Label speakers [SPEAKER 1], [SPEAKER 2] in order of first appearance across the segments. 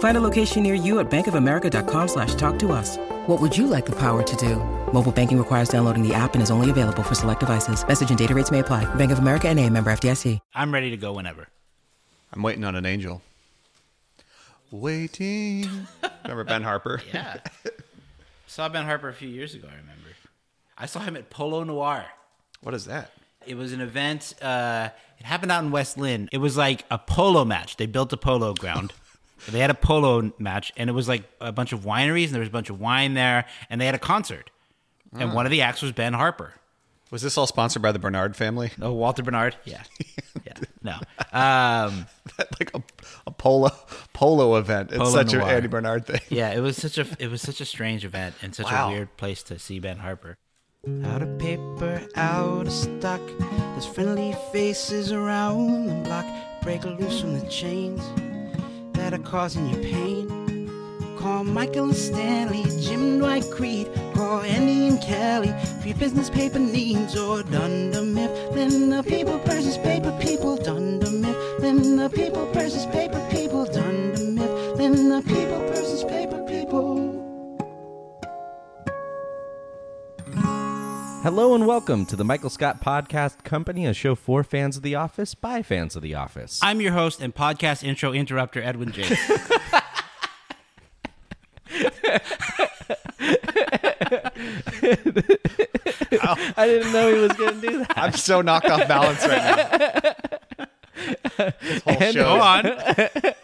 [SPEAKER 1] Find a location near you at bankofamerica.com slash talk to us. What would you like the power to do? Mobile banking requires downloading the app and is only available for select devices. Message and data rates may apply. Bank of America and a member FDIC.
[SPEAKER 2] I'm ready to go whenever.
[SPEAKER 3] I'm waiting on an angel. Waiting. Remember Ben Harper?
[SPEAKER 2] Yeah. saw Ben Harper a few years ago, I remember. I saw him at Polo Noir.
[SPEAKER 3] What is that?
[SPEAKER 2] It was an event, uh, it happened out in West Lynn. It was like a polo match. They built a polo ground. they had a polo match, and it was like a bunch of wineries, and there was a bunch of wine there, and they had a concert. And one of the acts was Ben Harper.
[SPEAKER 3] Was this all sponsored by the Bernard family?
[SPEAKER 2] Oh, Walter Bernard? Yeah. Yeah. No. Um,
[SPEAKER 3] like a, a polo polo event. It's
[SPEAKER 2] Polo
[SPEAKER 3] such an
[SPEAKER 2] noir.
[SPEAKER 3] Andy Bernard thing.
[SPEAKER 2] Yeah, it was such a it was such a strange event and such
[SPEAKER 3] Wow.
[SPEAKER 2] a weird place to see Ben Harper. Out of paper, out of stock. There's friendly faces around the block. Break loose from the chains that are causing you pain.
[SPEAKER 4] Call Michael and Stanley, Jim Dwight Creed, call Andy and Kelly for your business paper needs or Dunder Mifflin, the people versus paper people, Dunder Mifflin, the people versus paper people, Dunder Mifflin, the people versus paper people.
[SPEAKER 5] Hello and welcome to the Michael Scott Podcast Company, a show for fans of The Office by fans of The Office.
[SPEAKER 2] I'm your host and podcast intro interrupter, Edwin James.
[SPEAKER 5] I didn't know he was going to do that.
[SPEAKER 3] I'm so knocked off balance right now. This whole
[SPEAKER 5] And-
[SPEAKER 3] show.
[SPEAKER 2] Go
[SPEAKER 3] is-
[SPEAKER 2] on.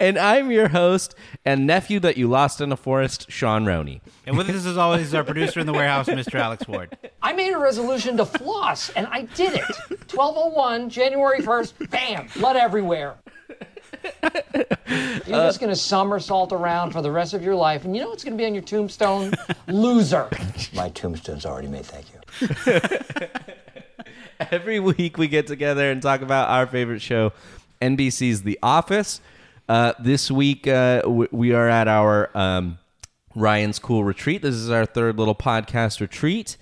[SPEAKER 5] And I'm your host and nephew that you lost in a forest, Sean Roney.
[SPEAKER 2] And with us, as always, is our producer in the warehouse, Mr. Alex Ward.
[SPEAKER 6] I made a resolution to floss, and I did it. 1201, January 1st, bam, blood everywhere. You're just going to somersault around for the rest of your life, and you know what's going to be on your tombstone? Loser.
[SPEAKER 7] My tombstone's already made, thank you.
[SPEAKER 5] Every week we get together and talk about our favorite show, NBC's The Office. Uh, this week uh, w- we are at our um, Ryan's Cool Retreat. This is our third little podcast retreat.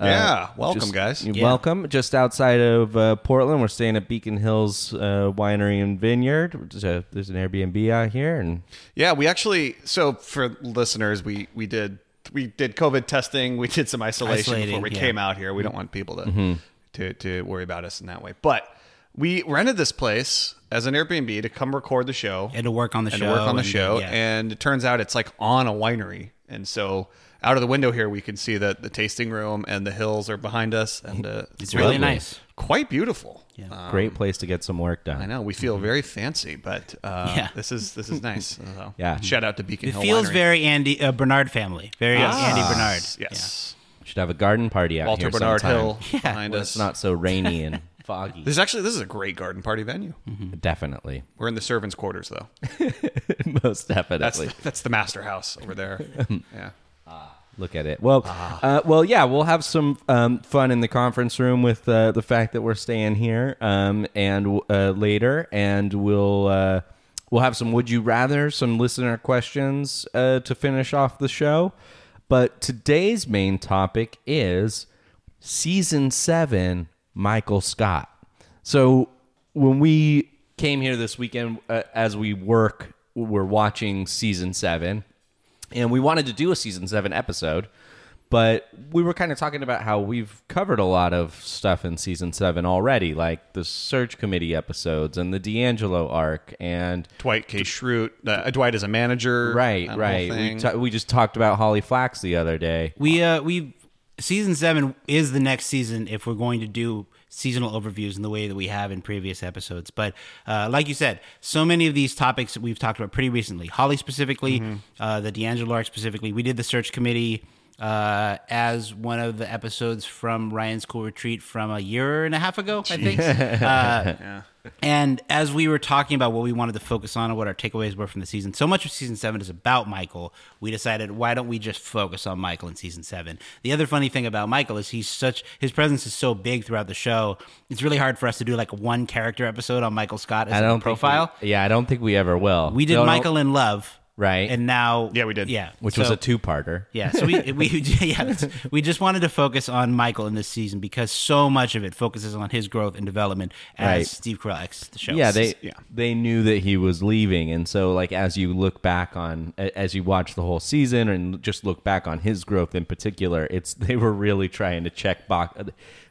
[SPEAKER 5] Uh,
[SPEAKER 3] Yeah, welcome,
[SPEAKER 5] just-
[SPEAKER 3] guys.
[SPEAKER 5] You're Welcome. Just outside of uh, Portland, we're staying at Beacon Hills uh, Winery and Vineyard. We're just, uh, there's an Airbnb out here, and
[SPEAKER 3] Yeah, we actually so for listeners, we we did we did COVID testing, we did some isolation
[SPEAKER 2] Isolating,
[SPEAKER 3] before we
[SPEAKER 2] yeah. Mm-hmm.
[SPEAKER 3] came out here. We don't want people to to to worry about us in that way. But we rented this place as an Airbnb to come record the show
[SPEAKER 2] And to work on the
[SPEAKER 3] and
[SPEAKER 2] show.
[SPEAKER 3] to work on the
[SPEAKER 2] and,
[SPEAKER 3] show.
[SPEAKER 2] yeah.
[SPEAKER 3] And it turns out it's like on a winery, and so out of the window here we can see that the tasting room and the hills are behind us, and uh,
[SPEAKER 2] it's really
[SPEAKER 5] lovely.
[SPEAKER 2] nice.
[SPEAKER 3] quite beautiful. Um, Yeah.
[SPEAKER 5] great place to get some work done.
[SPEAKER 3] I know we
[SPEAKER 5] Mm-hmm.
[SPEAKER 3] feel very fancy, but uh,
[SPEAKER 2] Yeah.
[SPEAKER 3] this is this is nice. So,
[SPEAKER 5] Yeah.
[SPEAKER 3] shout out to Beacon
[SPEAKER 2] It
[SPEAKER 3] Hill
[SPEAKER 2] feels
[SPEAKER 3] Winery. Ah,
[SPEAKER 2] very Andy uh, Bernard family. Very Andy Bernard.
[SPEAKER 3] Yes.
[SPEAKER 5] Should have a garden party out
[SPEAKER 3] Walter
[SPEAKER 5] here
[SPEAKER 3] Bernard
[SPEAKER 5] sometime.
[SPEAKER 3] Hill behind
[SPEAKER 5] When
[SPEAKER 3] us.
[SPEAKER 5] It's not so rainy and foggy.
[SPEAKER 3] This is actually this is a great garden party venue.
[SPEAKER 5] Mm-hmm. definitely,
[SPEAKER 3] We're in the servants' quarters though.
[SPEAKER 5] most definitely.
[SPEAKER 3] That's that's the master house over there. yeah.
[SPEAKER 5] look at it. Well, uh, well, yeah, we'll have some um, fun in the conference room with uh, the fact that we're staying here um, and uh, later, and we'll uh, we'll have some would you rather, some listener questions uh, to finish off the show. But today's main topic is season seven, Michael Scott. So when we came here this weekend, uh, as we work, we're watching season seven and we wanted to do a season seven episode, but we were kind of talking about how we've covered a lot of stuff in season seven already, like the search committee episodes and the D'Angelo arc, and
[SPEAKER 3] Dwight K. Schrute. Uh, Dwight is a manager.
[SPEAKER 5] right,
[SPEAKER 3] that whole
[SPEAKER 5] right. We
[SPEAKER 3] thing.
[SPEAKER 5] ta- we just talked about Holly Flax the other day.
[SPEAKER 2] We uh we season seven is the next season if we're going to do seasonal overviews in the way that we have in previous episodes. But uh, like you said, so many of these topics that we've talked about pretty recently. Holly specifically, uh, the D'Angelo arc specifically. We did the search committee uh, as one of the episodes from Ryan's Cool Retreat from a year and a half ago, I think. Uh, And as we were talking about what we wanted to focus on and what our takeaways were from the season, so much of season seven is about Michael. We decided, why don't we just focus on Michael in season seven? The other funny thing about Michael is he's such, his presence is so big throughout the show. It's really hard for us to do like one character episode on Michael Scott as
[SPEAKER 5] I
[SPEAKER 2] a
[SPEAKER 5] don't
[SPEAKER 2] profile.
[SPEAKER 5] Think we, yeah, I don't think we ever will.
[SPEAKER 2] we, did
[SPEAKER 5] No, no,
[SPEAKER 2] Michael in Love.
[SPEAKER 5] Right.
[SPEAKER 2] And now.
[SPEAKER 3] Yeah, we did.
[SPEAKER 2] Yeah.
[SPEAKER 5] which was
[SPEAKER 2] so-
[SPEAKER 5] a two-parter.
[SPEAKER 2] yeah, so we we yeah, that's- we just wanted to focus on Michael in this season because so much of it focuses on his growth and development as
[SPEAKER 5] Right.
[SPEAKER 2] Steve Carell exits the show.
[SPEAKER 5] Yeah, they
[SPEAKER 3] yeah.
[SPEAKER 5] they knew that he was leaving, and so like as you look back on a- as you watch the whole season and just look back on his growth in particular, it's they were really trying to check box.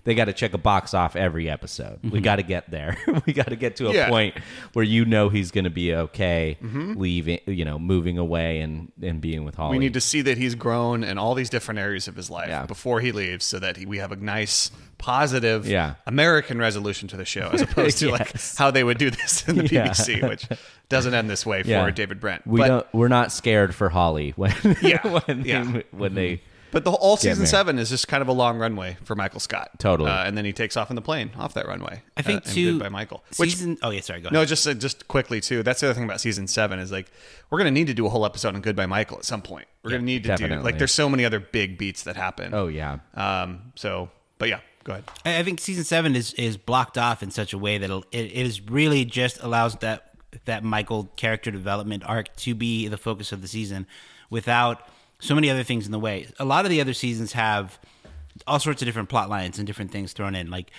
[SPEAKER 5] They got to check a box off every episode. We got to get there. we got to get to a
[SPEAKER 3] Mm-hmm. Yeah. Mm-hmm.
[SPEAKER 5] point where you know he's going to be okay leaving, you know, moving away and and being with
[SPEAKER 3] We
[SPEAKER 5] Holly.
[SPEAKER 3] need to see that he's grown in all these different areas of his life before he leaves, so that he, we have a nice, positive
[SPEAKER 5] Yeah.
[SPEAKER 3] American resolution to the show, as opposed to
[SPEAKER 5] Yes.
[SPEAKER 3] like how they would do this in the
[SPEAKER 5] Yeah.
[SPEAKER 3] BBC, which doesn't end this way for
[SPEAKER 5] Yeah.
[SPEAKER 3] David Brent.
[SPEAKER 5] We
[SPEAKER 3] but,
[SPEAKER 5] don't. We're not scared for Holly when
[SPEAKER 3] Yeah.
[SPEAKER 5] when
[SPEAKER 3] Yeah. Mm-hmm.
[SPEAKER 5] they, when they
[SPEAKER 3] but the whole, all
[SPEAKER 5] Get
[SPEAKER 3] season
[SPEAKER 5] married.
[SPEAKER 3] seven is just kind of a long runway for Michael Scott.
[SPEAKER 5] Totally.
[SPEAKER 3] uh, and then he takes off in the plane off that runway.
[SPEAKER 2] I think
[SPEAKER 3] uh, and
[SPEAKER 2] too
[SPEAKER 3] good by Michael. Which
[SPEAKER 2] Season, oh yeah, sorry, go ahead.
[SPEAKER 3] no, just uh, just quickly too. That's the other thing about season seven is like we're gonna need to do a whole episode on Goodbye Michael at some point. We're gonna need to do
[SPEAKER 5] definitely.
[SPEAKER 3] like there's so many other big beats that happen.
[SPEAKER 5] oh yeah
[SPEAKER 3] Um, so, but yeah, go ahead.
[SPEAKER 2] I I think season seven is is blocked off in such a way that it'll- it, it is really just allows that that Michael character development arc to be the focus of the season, without so many other things in the way. A lot of the other seasons have all sorts of different plot lines and different things thrown in, like.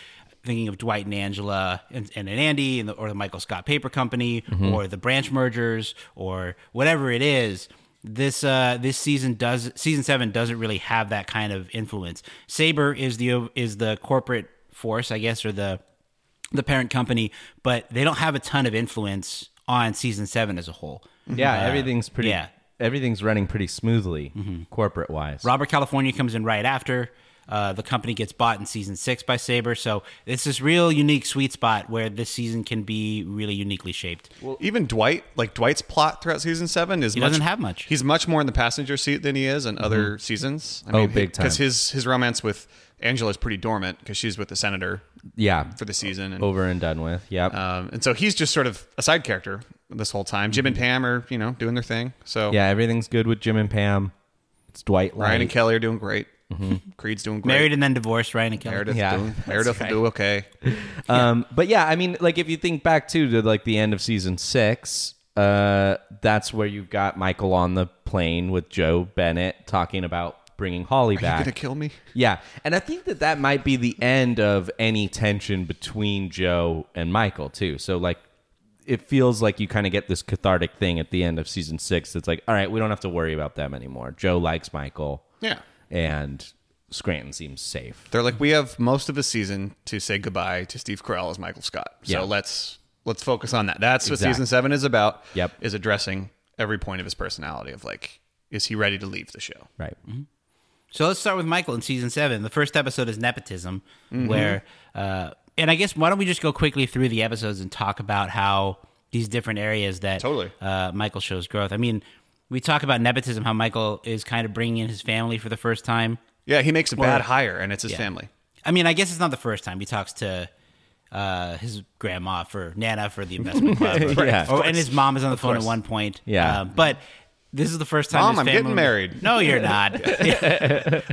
[SPEAKER 2] Thinking of Dwight and Angela and, and Andy, and the, or the Michael Scott Paper Company, or the branch mergers, or whatever it is, this uh this season does season 7 doesn't really have that kind of influence. Saber is the is the corporate force, I guess, or the the parent company, but they don't have a ton of influence on season 7 as a whole.
[SPEAKER 5] yeah
[SPEAKER 3] Uh,
[SPEAKER 5] everything's pretty
[SPEAKER 2] yeah.
[SPEAKER 5] everything's running pretty smoothly
[SPEAKER 3] Mm-hmm.
[SPEAKER 5] corporate wise
[SPEAKER 2] Robert California comes in right after. Uh, the company gets bought in season six by Saber, so it's this real unique sweet spot where this season can be really uniquely shaped.
[SPEAKER 3] Even Dwight, like Dwight's plot throughout season seven is
[SPEAKER 2] He
[SPEAKER 3] much,
[SPEAKER 2] doesn't have much.
[SPEAKER 3] He's much more in the passenger seat than he is in other seasons. I
[SPEAKER 5] Oh, big time.
[SPEAKER 3] Because his his romance with Angela is pretty dormant because she's with the senator
[SPEAKER 5] yeah
[SPEAKER 3] for the season, and
[SPEAKER 5] over and done with yep
[SPEAKER 3] um, and so he's just sort of a side character this whole time. Jim and Pam are you know doing their thing. So
[SPEAKER 5] Mm-hmm. yeah everything's good with Jim and Pam it's Dwight
[SPEAKER 3] Ryan and
[SPEAKER 5] Light.
[SPEAKER 3] Kelly are doing great. Creed's doing great.
[SPEAKER 2] Married and then divorced, Ryan and Kelly.
[SPEAKER 3] Meredith,
[SPEAKER 5] Mm-hmm. Yeah,
[SPEAKER 3] doing, Meredith will do okay.
[SPEAKER 5] um but yeah I mean like if you think back too to like the end of season six uh that's where you got Michael on the plane with Joe Bennett talking about bringing Holly
[SPEAKER 3] You're
[SPEAKER 5] back
[SPEAKER 3] gonna kill me.
[SPEAKER 5] Yeah, and I think that that might be the end of any tension between Joe and Michael too. So like, it feels like you kind of get this cathartic thing at the end of season six. That's like, all right, we don't have to worry about them anymore. Joe likes Michael,
[SPEAKER 3] Yeah.
[SPEAKER 5] and Scranton seems safe.
[SPEAKER 3] They're like, we have most of the season to say goodbye to Steve Carell as Michael Scott. So
[SPEAKER 5] Yeah.
[SPEAKER 3] let's let's focus on that. That's what
[SPEAKER 5] Exactly.
[SPEAKER 3] season seven is about.
[SPEAKER 5] Yep.
[SPEAKER 3] is addressing every point of his personality of like, is he ready to leave the show?
[SPEAKER 2] Mm-hmm.
[SPEAKER 5] Right.
[SPEAKER 2] So let's start with Michael in season seven. The first episode is nepotism,
[SPEAKER 3] Mm-hmm.
[SPEAKER 2] where, uh, and I guess why don't we just go quickly through the episodes and talk about how these different areas that
[SPEAKER 3] Totally.
[SPEAKER 2] uh, Michael shows growth. I mean, we talk about nepotism, how Michael is kind of bringing in his family for the first time.
[SPEAKER 3] Yeah, he makes a bad hire, and it's his family.
[SPEAKER 2] I mean, I guess it's not the first time he talks to uh, his grandma for Nana for the investment club,
[SPEAKER 5] Yeah.
[SPEAKER 2] Or- and his mom is on the phone at one point.
[SPEAKER 5] Yeah.
[SPEAKER 2] Um, but this is the first time.
[SPEAKER 3] Mom,
[SPEAKER 2] his
[SPEAKER 3] I'm getting
[SPEAKER 2] family-
[SPEAKER 3] married.
[SPEAKER 2] No, you're not.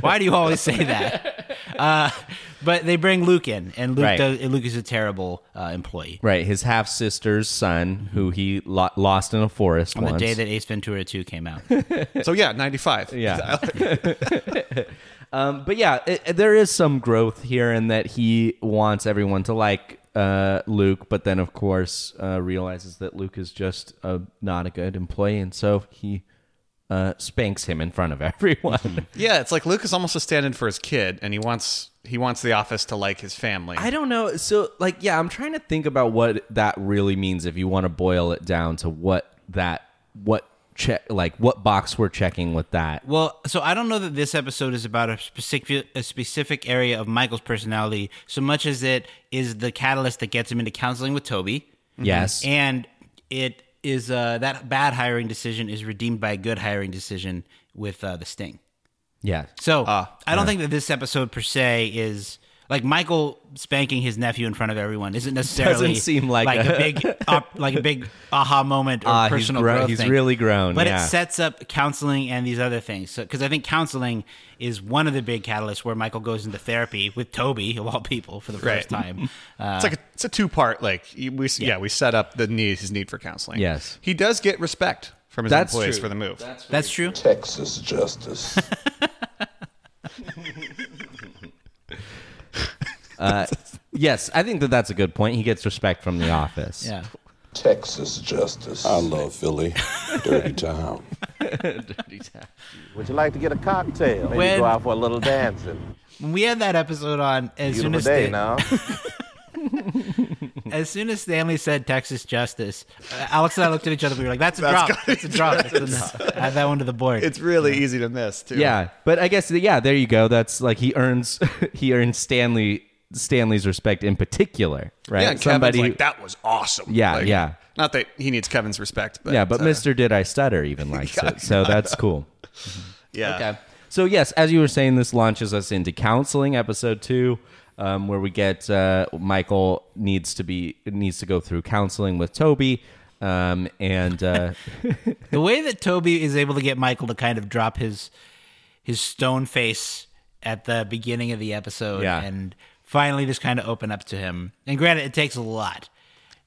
[SPEAKER 2] Why do you always say that? Uh, but they bring Luke in, and Luke
[SPEAKER 5] Right.
[SPEAKER 2] does, and Luke is a terrible uh, employee.
[SPEAKER 5] Right. His half sister's son, who he lo- lost in a forest
[SPEAKER 2] Mm-hmm. On the
[SPEAKER 5] once.
[SPEAKER 2] day that Ace Ventura 2 came out,
[SPEAKER 3] So yeah, ninety five.
[SPEAKER 5] Yeah. um, but yeah, it, it- there is some growth here in that he wants everyone to like uh, Luke, but then of course uh, realizes that Luke is just uh, not a good employee, and so he uh, spanks him in front of everyone.
[SPEAKER 3] yeah. It's like Luke is almost a stand-in for his kid, and he wants he wants the office to like his family.
[SPEAKER 5] I don't know. So, like, yeah, I'm trying to think about what that really means if you want to boil it down to what that what check like what box we're checking with that.
[SPEAKER 2] Well, so I don't know that this episode is about a specific a specific area of Michael's personality so much as it is the catalyst that gets him into counseling with Toby,
[SPEAKER 5] Yes.
[SPEAKER 2] and it is uh, that bad hiring decision is redeemed by a good hiring decision with uh, the Sting.
[SPEAKER 5] Ah, yeah.
[SPEAKER 2] So I don't think that this episode per se is like Michael spanking his nephew in front of everyone isn't necessarily
[SPEAKER 5] Doesn't seem like
[SPEAKER 2] a,
[SPEAKER 5] a-
[SPEAKER 2] big op, like a big aha moment or
[SPEAKER 5] Ah, he's
[SPEAKER 2] personal
[SPEAKER 5] grown-
[SPEAKER 2] growth.
[SPEAKER 5] he's
[SPEAKER 2] thing.
[SPEAKER 5] really grown,
[SPEAKER 2] but
[SPEAKER 5] yeah.
[SPEAKER 2] it sets up counseling and these other things. So because I think counseling is one of the big catalysts where Michael goes into therapy with Toby of all people for the first
[SPEAKER 3] Right.
[SPEAKER 2] time. Uh,
[SPEAKER 3] it's like a, it's a two part. Like you- we yeah. we set up the need his need for counseling.
[SPEAKER 5] Yes.
[SPEAKER 3] he does get respect from his
[SPEAKER 5] That's
[SPEAKER 3] employees
[SPEAKER 5] true.
[SPEAKER 3] for the move.
[SPEAKER 2] that's true.
[SPEAKER 8] Texas justice.
[SPEAKER 5] Yes, I think that that's a good point. He gets respect from the office.
[SPEAKER 2] Yeah.
[SPEAKER 8] Texas justice. I love Philly. Dirty town.
[SPEAKER 9] Would you like to get a cocktail? Maybe
[SPEAKER 2] When-
[SPEAKER 9] go out for a little dancing.
[SPEAKER 2] When we had that episode on, as soon
[SPEAKER 9] Beautiful
[SPEAKER 2] as
[SPEAKER 9] day
[SPEAKER 2] the-
[SPEAKER 9] now.
[SPEAKER 2] As soon as Stanley said Texas justice, uh, Alex and I looked at each other. We were like, "That's a drop.
[SPEAKER 3] gotta
[SPEAKER 2] That's a drop. That's enough." Add that one to the board.
[SPEAKER 3] It's really easy to miss too.
[SPEAKER 5] Yeah, but I guess yeah, there you go. That's like he earns he earns Stanley Stanley's respect in particular, right?
[SPEAKER 3] Yeah, and Kevin's like, that was awesome.
[SPEAKER 5] Yeah,
[SPEAKER 3] Like,
[SPEAKER 5] yeah.
[SPEAKER 3] Not that he needs Kevin's respect, but
[SPEAKER 5] yeah, but
[SPEAKER 3] uh,
[SPEAKER 5] Mister Did I Stutter even likes it, so that's cool.
[SPEAKER 3] yeah,
[SPEAKER 5] So yes, as you were saying, this launches us into counseling, episode two, um, where we get uh, Michael needs to be needs to go through counseling with Toby, um, and uh,
[SPEAKER 2] the way that Toby is able to get Michael to kind of drop his his stone face at the beginning of the episode,
[SPEAKER 5] Yeah.
[SPEAKER 2] and finally just kind of open up to him. And granted, it takes a lot.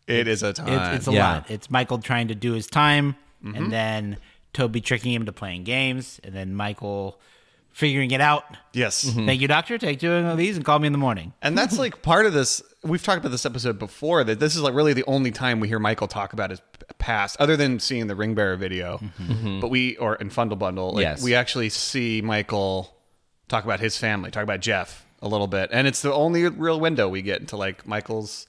[SPEAKER 3] it is a
[SPEAKER 2] It's,
[SPEAKER 3] time.
[SPEAKER 2] it's a
[SPEAKER 5] yeah.
[SPEAKER 2] lot. It's Michael trying to do his time, and then Toby tricking him to playing games, and then Michael figuring it out.
[SPEAKER 3] yes,
[SPEAKER 5] Mm-hmm.
[SPEAKER 2] Thank you, doctor. Take two of these and call me in the morning.
[SPEAKER 3] and that's like part of this. We've talked about this episode before that this is like really the only time we hear Michael talk about his p- past, other than seeing the Ring Bearer video. But we or in Fundle Bundle, like,
[SPEAKER 5] Mm-hmm. Yes.
[SPEAKER 3] we actually see Michael talk about his family, talk about Jeff a little bit, and it's the only real window we get into like Michael's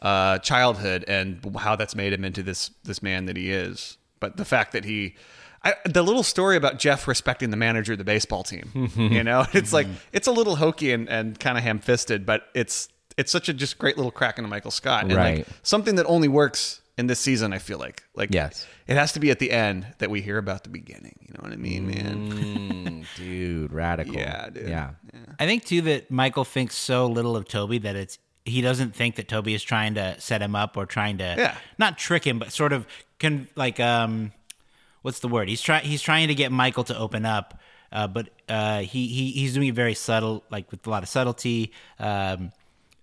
[SPEAKER 3] uh, childhood and how that's made him into this this man that he is. But the fact that he, I, the little story about Jeff respecting the manager of the baseball team, you know, it's like it's a little hokey and, and kind of ham fisted, but it's it's such a just great little crack into Michael Scott and
[SPEAKER 5] Right.
[SPEAKER 3] like something that only works in this season. I feel like like
[SPEAKER 5] Yes.
[SPEAKER 3] it has to be at the end that we hear about the beginning. You know what I mean,
[SPEAKER 5] Mm.
[SPEAKER 3] man?
[SPEAKER 5] hmm, dude, radical,
[SPEAKER 3] Yeah, dude.
[SPEAKER 5] yeah,
[SPEAKER 2] I think too that Michael thinks so little of Toby that it's he doesn't think that Toby is trying to set him up or trying to
[SPEAKER 3] Yeah.
[SPEAKER 2] not trick him, but sort of con- like um what's the word? He's trying he's trying to get Michael to open up, uh, but uh, he he he's doing it very subtle, like with a lot of subtlety. Um,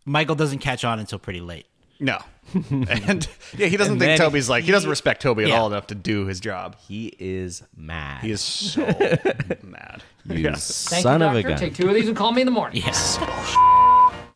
[SPEAKER 2] Michael doesn't catch on until pretty late.
[SPEAKER 3] No, and yeah, he doesn't
[SPEAKER 2] And
[SPEAKER 3] think
[SPEAKER 2] then
[SPEAKER 3] Toby's like he doesn't respect Toby at
[SPEAKER 2] Yeah.
[SPEAKER 3] all enough to do his job.
[SPEAKER 5] He is mad.
[SPEAKER 3] He is so mad.
[SPEAKER 5] you
[SPEAKER 6] Thank
[SPEAKER 5] son
[SPEAKER 6] you,
[SPEAKER 5] of
[SPEAKER 6] doctor.
[SPEAKER 5] a gun.
[SPEAKER 6] Take two of these and call me in the morning.
[SPEAKER 2] Yes.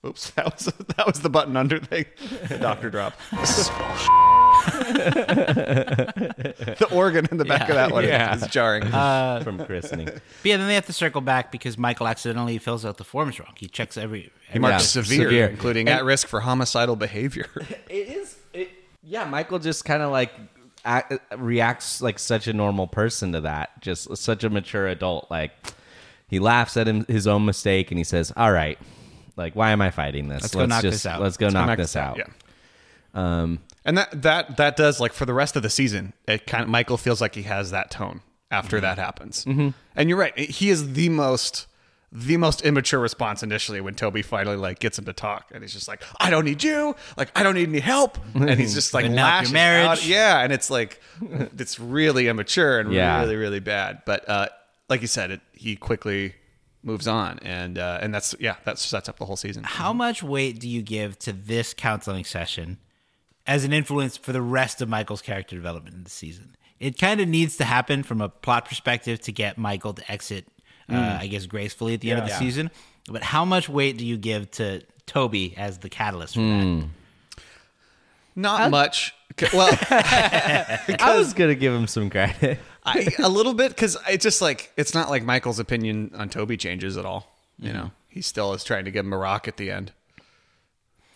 [SPEAKER 3] Oops, that was that was the button under thing. The doctor drop. the organ in the back of that one
[SPEAKER 5] Yeah.
[SPEAKER 3] is jarring.
[SPEAKER 6] uh,
[SPEAKER 5] from christening.
[SPEAKER 2] But yeah, then they have to circle back because Michael accidentally fills out the forms wrong. He checks every,
[SPEAKER 3] he marked
[SPEAKER 5] yeah,
[SPEAKER 3] severe,
[SPEAKER 5] severe.
[SPEAKER 3] including at risk for homicidal behavior.
[SPEAKER 5] It is. It, yeah, Michael just kind of like act, reacts like such a normal person to that. Just such a mature adult. Like he laughs at him, his own mistake and he says, "All right, like why am I fighting this? Let's,
[SPEAKER 2] go knock
[SPEAKER 5] just
[SPEAKER 2] this out. Um,
[SPEAKER 5] let's go knock this out."
[SPEAKER 3] Yeah. and that that that does like for the rest of the season, it kind of Michael feels like he has that tone after
[SPEAKER 2] Mm-hmm.
[SPEAKER 3] that happens. And you're right, he is the most the most immature response initially when Toby finally like gets him to talk, and he's just like, "I don't need you, like I don't need any help," and he's just like
[SPEAKER 2] Couldn't help your
[SPEAKER 3] lashes
[SPEAKER 2] marriage.
[SPEAKER 3] out. Yeah, and it's like it's really immature and
[SPEAKER 5] Yeah.
[SPEAKER 3] really really bad. But uh, like you said, it he quickly moves on, and uh, and that's yeah, that sets up the whole season.
[SPEAKER 2] how much weight do you give to this counseling session as an influence for the rest of Michael's character development in the season? It kind of needs to happen from a plot perspective to get Michael to exit, uh, I guess, gracefully at the end of the season. But how much weight do you give to Toby as the catalyst for that?
[SPEAKER 3] Not much. C- Well,
[SPEAKER 5] I was gonna give him some credit.
[SPEAKER 3] I, a little bit because it's just like it's not like Michael's opinion on Toby changes at all. You know, he still is trying to give him a rock at the end.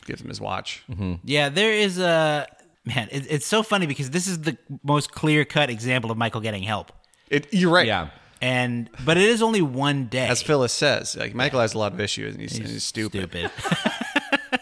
[SPEAKER 3] Gives him his watch.
[SPEAKER 2] Yeah, there is a Man, it, it's so funny because this is the most clear cut example of Michael getting help.
[SPEAKER 3] It, you're right.
[SPEAKER 5] Yeah.
[SPEAKER 2] And but it is only one day.
[SPEAKER 3] As Phyllis says, like Michael has a lot of issues and he's, and he's stupid.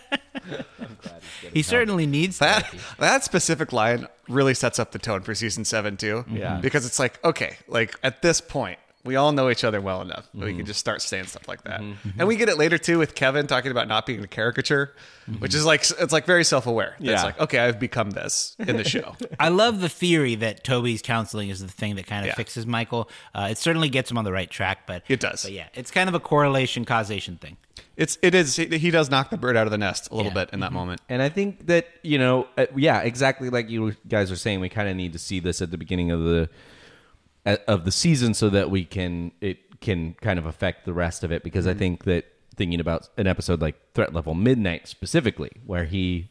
[SPEAKER 2] he certainly needs
[SPEAKER 3] That
[SPEAKER 2] that.
[SPEAKER 3] that specific line really sets up the tone for season seven too.
[SPEAKER 5] Yeah.
[SPEAKER 3] Because it's like, okay, like at this point, we all know each other well enough. that We
[SPEAKER 5] Mm-hmm.
[SPEAKER 3] can just start saying stuff like that. And we get it later too with Kevin talking about not being a caricature, which is like it's like very self aware.
[SPEAKER 5] Mm-hmm. Yeah.
[SPEAKER 3] It's like, okay, I've become this in the show.
[SPEAKER 2] I love the theory that Toby's counseling is the thing that kind of
[SPEAKER 3] Yeah.
[SPEAKER 2] fixes Michael. Uh, it certainly gets him on the right track, but
[SPEAKER 3] It does.
[SPEAKER 2] But yeah, it's kind of a correlation causation thing.
[SPEAKER 3] it's it is he, he does knock the bird out of the nest a little bit in that moment.
[SPEAKER 5] And I think that you know, uh, yeah, exactly like you guys are saying, we kind of need to see this at the beginning of the uh, of the season so that we can it can kind of affect the rest of it. Because
[SPEAKER 2] Mm-hmm.
[SPEAKER 5] I think that thinking about an episode like Threat Level Midnight specifically, where he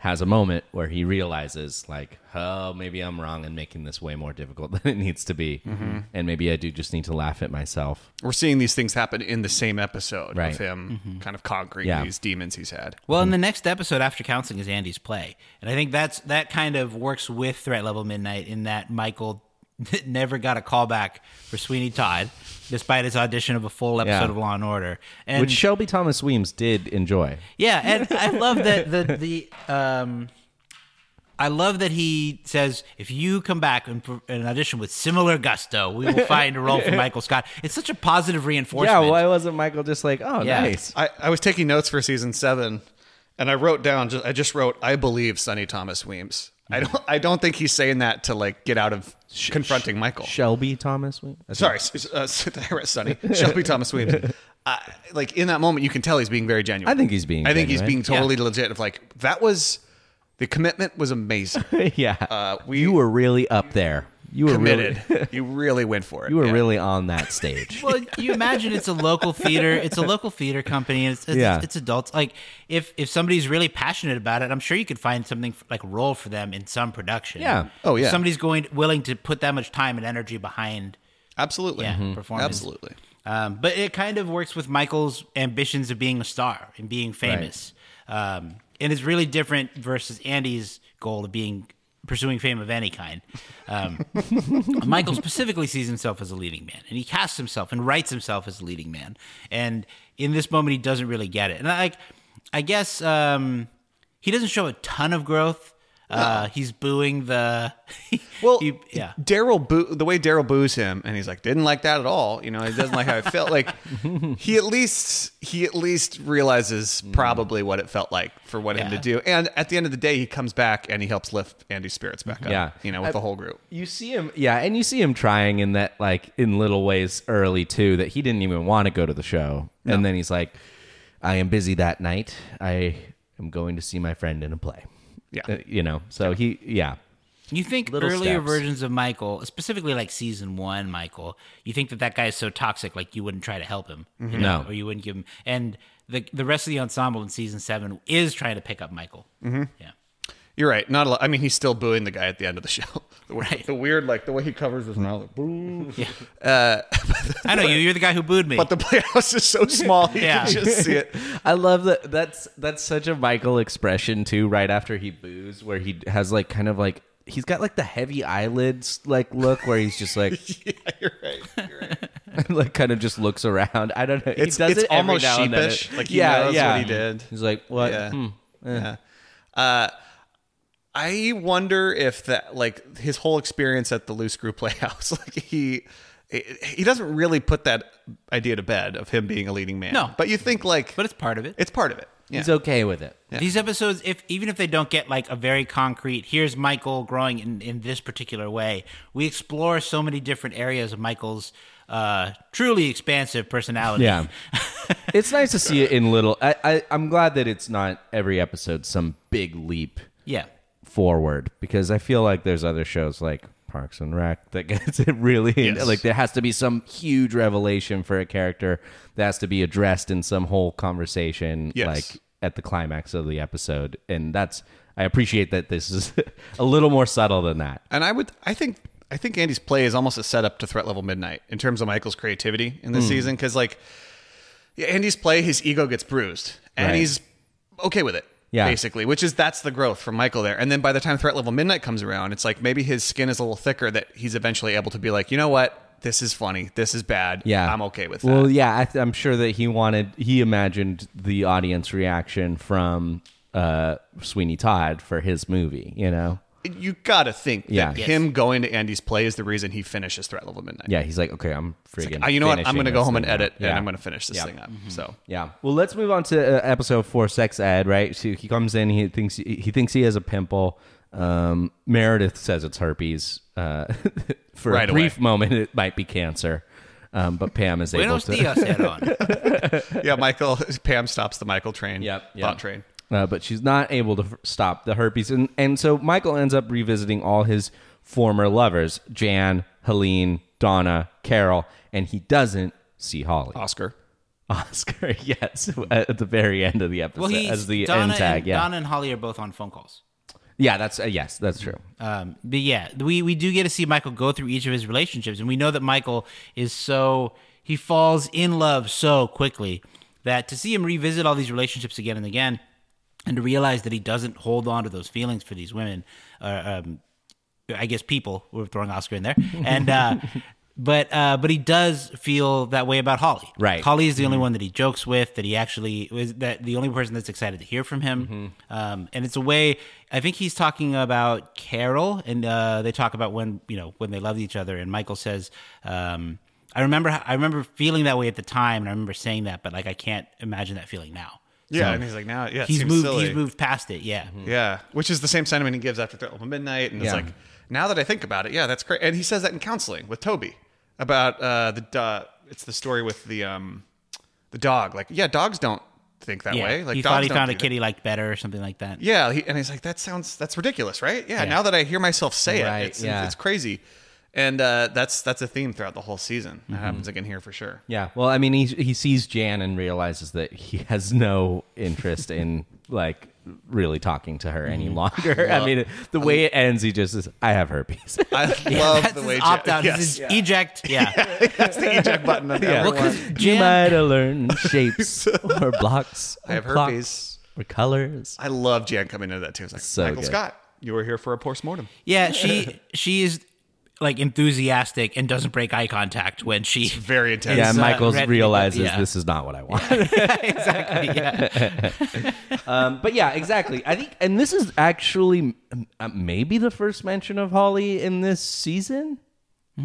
[SPEAKER 5] has a moment where he realizes like, oh, maybe I'm wrong and making this way more difficult than it needs to be,
[SPEAKER 2] Mm-hmm.
[SPEAKER 5] and maybe I do just need to laugh at myself.
[SPEAKER 3] We're seeing these things happen in the same episode
[SPEAKER 5] Right. Mm-hmm.
[SPEAKER 3] of him kind of conquering
[SPEAKER 5] Yeah.
[SPEAKER 3] these demons he's had.
[SPEAKER 2] Well, in the next episode after counseling is Andy's play, and I think that's that kind of works with Threat Level Midnight in that Michael never got a callback for Sweeney Todd, despite his audition of a full episode
[SPEAKER 5] Yeah.
[SPEAKER 2] of Law and Order. And
[SPEAKER 5] Which Shelby Thomas Weems did enjoy.
[SPEAKER 2] Yeah, and I love that the the um, I love that he says if you come back and, pr- and audition with similar gusto, we will find a role for Michael Scott. It's such a positive reinforcement.
[SPEAKER 5] Yeah, why wasn't Michael just like, oh,
[SPEAKER 2] Yeah.
[SPEAKER 5] nice?
[SPEAKER 3] I, I was taking notes for season seven, and I wrote down. Just, I just wrote, "I believe Sonny Thomas Weems." I
[SPEAKER 5] Mm-hmm.
[SPEAKER 3] don't. I don't think he's saying that to like get out of confronting Michael.
[SPEAKER 5] Shelby Thomas Weems. I think-
[SPEAKER 3] Sorry, s- uh, s- I read Sonny Shelby Thomas Weems. Uh, like in that moment, you can tell he's being very genuine.
[SPEAKER 5] I think he's being
[SPEAKER 3] I think he's being
[SPEAKER 5] genuine.
[SPEAKER 3] totally legit. Of like that was the commitment was amazing.
[SPEAKER 5] yeah.
[SPEAKER 3] Uh, we
[SPEAKER 5] you were really up there. You were
[SPEAKER 3] committed.
[SPEAKER 5] really
[SPEAKER 3] you really went for it.
[SPEAKER 5] you were
[SPEAKER 3] Yeah.
[SPEAKER 5] really on that stage.
[SPEAKER 2] well, you imagine it's a local theater. It's a local theater company. And it's it's,
[SPEAKER 5] Yeah.
[SPEAKER 2] it's adults. Like if if somebody's really passionate about it, I'm sure you could find something f- like a role for them in some production.
[SPEAKER 5] Yeah.
[SPEAKER 3] Oh, yeah.
[SPEAKER 2] If somebody's going willing to put that much time and energy behind.
[SPEAKER 3] absolutely Mm-hmm.
[SPEAKER 2] Yeah, performance.
[SPEAKER 3] Absolutely.
[SPEAKER 2] Um, but it kind of works with Michael's ambitions of being a star and being famous. Um, and it's really different versus Andy's goal of being pursuing fame of any kind. Um, Michael specifically sees himself as a leading man, and he casts himself and writes himself as a leading man. And in this moment, he doesn't really get it. And I, I guess um, he doesn't show a ton of growth. Uh, he's booing the.
[SPEAKER 3] Well,
[SPEAKER 2] he- yeah.
[SPEAKER 3] Daryl boo the way Daryl boos him, and he's like, didn't like that at all. You know, he doesn't like how it felt. Like he at least he at least realizes probably what it felt like for what him to
[SPEAKER 2] Yeah.
[SPEAKER 3] do. And at the end of the day, he comes back and he helps lift Andy's spirits back up.
[SPEAKER 5] Yeah.
[SPEAKER 3] you know, with
[SPEAKER 5] I-
[SPEAKER 3] the whole group.
[SPEAKER 5] You see him, yeah, and you see him trying in that, like, in little ways early too, that he didn't even want to go to the show. And then he's like, I am busy that night. I am going to see my friend in a play.
[SPEAKER 3] Yeah.
[SPEAKER 5] Uh, you know, so he, yeah.
[SPEAKER 2] You think
[SPEAKER 5] Little
[SPEAKER 2] earlier
[SPEAKER 5] steps.
[SPEAKER 2] versions of Michael, specifically like season one, Michael, you think that that guy is so toxic, like you wouldn't try to help him, you
[SPEAKER 5] No.
[SPEAKER 2] or you wouldn't give him. And the the rest of the ensemble in season seven is trying to pick up Michael. Mm-hmm. Yeah,
[SPEAKER 3] You're right. Not a lot. I mean, he's still booing the guy at the end of the show. The, way- the weird, like the way he covers his mouth. Like, boo.
[SPEAKER 2] I know you. You're the guy who booed me.
[SPEAKER 3] But the playhouse is so small, you
[SPEAKER 2] Yeah.
[SPEAKER 3] can just see it.
[SPEAKER 5] I love that. That's that's such a Michael expression too. Right after he boos, where he has like kind of like he's got like the heavy eyelids like look, where he's just like
[SPEAKER 3] You're right. You're right.
[SPEAKER 5] like kind of just looks around. I don't know.
[SPEAKER 3] It's-
[SPEAKER 5] he does
[SPEAKER 3] it's
[SPEAKER 5] it every
[SPEAKER 3] almost
[SPEAKER 5] now and then.
[SPEAKER 3] sheepish. Like, he knows what he did.
[SPEAKER 5] He's like, what?
[SPEAKER 3] Yeah. Uh,
[SPEAKER 5] Hmm.
[SPEAKER 3] I wonder if that like his whole experience at the Loose Screw Playhouse, like he he doesn't really put that idea to bed of him being a leading man.
[SPEAKER 2] No.
[SPEAKER 3] but you think like,
[SPEAKER 2] But it's part of it.
[SPEAKER 3] it's part of it. Yeah,
[SPEAKER 5] He's okay with it.
[SPEAKER 2] These episodes, if even if they don't get like a very concrete, here's Michael growing in, in this particular way, we explore so many different areas of Michael's uh, truly expansive personality.
[SPEAKER 5] Yeah. it's nice to see it in little. I, I I'm glad that it's not every episode some big leap
[SPEAKER 2] yeah.
[SPEAKER 5] forward because I feel like there's other shows like Parks and Rec that gets it really
[SPEAKER 3] Yes.
[SPEAKER 5] like there has to be some huge revelation for a character that has to be addressed in some whole conversation
[SPEAKER 3] Yes.
[SPEAKER 5] like at the climax of the episode and that's I appreciate that this is a little more subtle than that.
[SPEAKER 3] and I would I think I think Andy's play is almost a setup to Threat Level Midnight in terms of Michael's creativity in
[SPEAKER 5] Hmm.
[SPEAKER 3] this season because like yeah, Andy's play, his ego gets bruised, and
[SPEAKER 5] Right.
[SPEAKER 3] he's okay with it.
[SPEAKER 5] Yeah.
[SPEAKER 3] basically, which is that's the growth from Michael there. And then by the time Threat Level Midnight comes around, it's like maybe his skin is a little thicker that he's eventually able to be like, you know what, this is funny, this is bad,
[SPEAKER 5] Yeah,
[SPEAKER 3] I'm okay with that.
[SPEAKER 5] Well, yeah, I th- I'm sure that he wanted, he imagined the audience reaction from uh, Sweeney Todd for his movie. You know,
[SPEAKER 3] you gotta think
[SPEAKER 5] Yeah.
[SPEAKER 3] that
[SPEAKER 5] Yes.
[SPEAKER 3] him going to Andy's play is the reason he finishes Threat Level Midnight.
[SPEAKER 5] yeah, he's like, okay, I'm freaking.
[SPEAKER 3] Ah, you know what? I'm
[SPEAKER 5] finishing
[SPEAKER 3] gonna go
[SPEAKER 5] this
[SPEAKER 3] home and
[SPEAKER 5] thing
[SPEAKER 3] edit,
[SPEAKER 5] now.
[SPEAKER 3] and
[SPEAKER 5] Yeah. Mm-hmm.
[SPEAKER 3] I'm gonna finish this thing up. So
[SPEAKER 5] Yeah. Well, let's move on to uh, episode four, sex ed. Right. So he comes in. He thinks he thinks he has a pimple. Um, Meredith says it's herpes. Uh, for
[SPEAKER 3] Right
[SPEAKER 5] a brief
[SPEAKER 3] away.
[SPEAKER 5] moment, it might be cancer. Um, but Pam is able
[SPEAKER 2] Buenos
[SPEAKER 5] to.
[SPEAKER 2] dias, Aaron.
[SPEAKER 3] yeah, Michael Pam stops the Michael train.
[SPEAKER 5] Yep,
[SPEAKER 3] Bot
[SPEAKER 5] yep.
[SPEAKER 3] train.
[SPEAKER 5] uh, but she's not able to f- stop the herpes. And, and so Michael ends up revisiting all his former lovers Jan, Helene, Donna, Carol, and he doesn't see Holly.
[SPEAKER 3] Oscar.
[SPEAKER 5] Oscar, yes, at the very end of the episode,
[SPEAKER 2] Well, he's
[SPEAKER 5] as the
[SPEAKER 2] Donna
[SPEAKER 5] end tag.
[SPEAKER 2] and,
[SPEAKER 5] yeah.
[SPEAKER 2] Donna and Holly are both on phone calls.
[SPEAKER 5] yeah, that's, uh, yes, that's true.
[SPEAKER 2] Um, but yeah, we, we do get to see Michael go through each of his relationships, and we know that Michael is so he falls in love so quickly that to see him revisit all these relationships again and again, and to realize that he doesn't hold on to those feelings for these women, uh, um, I guess people we're throwing Oscar in there, and uh, but uh, but he does feel that way about Holly.
[SPEAKER 5] Right.
[SPEAKER 2] Holly is the only one that he jokes with. That he actually is that the only person that's excited to hear from him. Um, and it's a way. I think he's talking about Carol, and uh, they talk about when you know when they loved each other. And Michael says. Um, I remember, I remember feeling that way at the time, and I remember saying that, but like I can't imagine that feeling now.
[SPEAKER 3] Yeah, and he's like, now, yeah, it
[SPEAKER 2] he's
[SPEAKER 3] seems
[SPEAKER 2] moved,
[SPEAKER 3] silly.
[SPEAKER 2] he's moved past it. Yeah,
[SPEAKER 3] Yeah, which is the same sentiment he gives after Threat Level Midnight, and
[SPEAKER 5] Yeah.
[SPEAKER 3] it's like, now that I think about it, yeah, that's great. And he says that in counseling with Toby about uh, the uh, it's the story with the um, the dog. Like, yeah, dogs don't think that
[SPEAKER 2] yeah.
[SPEAKER 3] way. Like,
[SPEAKER 2] he
[SPEAKER 3] dogs
[SPEAKER 2] thought he
[SPEAKER 3] don't
[SPEAKER 2] found
[SPEAKER 3] do
[SPEAKER 2] a
[SPEAKER 3] that.
[SPEAKER 2] kid he liked better or something like that.
[SPEAKER 3] Yeah, he, and he's like, that sounds that's ridiculous, right? Yeah,
[SPEAKER 2] Yeah.
[SPEAKER 3] now that I hear myself say
[SPEAKER 5] Right,
[SPEAKER 3] it, it's,
[SPEAKER 5] yeah.
[SPEAKER 3] it's crazy. And uh, that's that's a theme throughout the whole season. That
[SPEAKER 2] Mm-hmm.
[SPEAKER 3] happens again here for sure.
[SPEAKER 5] Yeah. Well, I mean, he he sees Jan and realizes that he has no interest in like really talking to her any longer. Mm-hmm. I mean, the way it ends, he just is, "I have herpes."
[SPEAKER 3] I love
[SPEAKER 2] That's
[SPEAKER 3] the
[SPEAKER 2] his
[SPEAKER 3] way
[SPEAKER 2] opt out.
[SPEAKER 3] Yes.
[SPEAKER 2] This is eject. Yeah.
[SPEAKER 3] That's the eject button. On
[SPEAKER 5] Yeah.
[SPEAKER 3] everyone.
[SPEAKER 5] you might have learned shapes or blocks.
[SPEAKER 3] I
[SPEAKER 5] or
[SPEAKER 3] have
[SPEAKER 5] clocks
[SPEAKER 3] herpes.
[SPEAKER 5] or colors.
[SPEAKER 3] I love Jan coming into that too. It's like
[SPEAKER 5] So
[SPEAKER 3] Michael
[SPEAKER 5] good.
[SPEAKER 3] Scott, you were here for a postmortem.
[SPEAKER 2] Yeah. She she is like enthusiastic and doesn't break eye contact when she.
[SPEAKER 3] Very intense.
[SPEAKER 5] Yeah,
[SPEAKER 2] It's, uh,
[SPEAKER 5] Michael's
[SPEAKER 2] red-
[SPEAKER 5] realizes
[SPEAKER 2] yeah.
[SPEAKER 5] this is not what I want.
[SPEAKER 2] exactly. Yeah.
[SPEAKER 5] but yeah, exactly. I think, and this is actually um, uh, maybe the first mention of Holly in this season.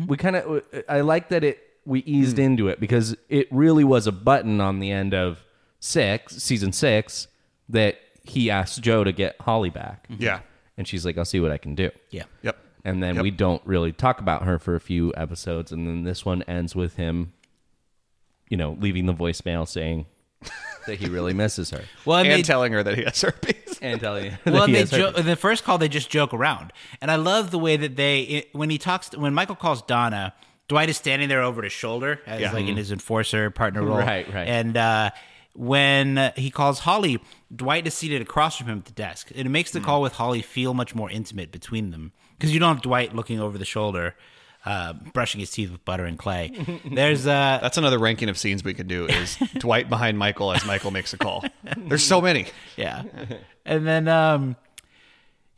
[SPEAKER 5] We kind of, I like that it we eased into it because it really was a button on the end of six season six that he asked Joe to get Holly back,
[SPEAKER 3] Yeah.
[SPEAKER 5] and she's like, "I'll see what I can do."
[SPEAKER 2] Yeah.
[SPEAKER 3] Yep.
[SPEAKER 5] And then
[SPEAKER 3] Yep.
[SPEAKER 5] we don't really talk about her for a few episodes, and then this one ends with him, you know, leaving the voicemail saying that he really misses her
[SPEAKER 2] Well, and
[SPEAKER 3] and
[SPEAKER 2] they,
[SPEAKER 3] telling her that he has herpes.
[SPEAKER 5] and telling you.
[SPEAKER 2] well, they jo- the first call they just joke around, and I love the way that they it, when he talks when Michael calls Donna. Dwight is standing there over his shoulder as
[SPEAKER 3] Yeah.
[SPEAKER 2] like in his enforcer partner role,
[SPEAKER 5] Mm-hmm. Right, right.
[SPEAKER 2] And uh, when uh, he calls Holly, Dwight is seated across from him at the desk, and it makes
[SPEAKER 5] Mm.
[SPEAKER 2] the call with Holly feel much more intimate between them because you don't have Dwight looking over the shoulder, uh, brushing his teeth with butter and clay. There's uh,
[SPEAKER 3] That's another ranking of scenes we could do is Dwight behind Michael as Michael makes a call. There's so many.
[SPEAKER 2] yeah. And then um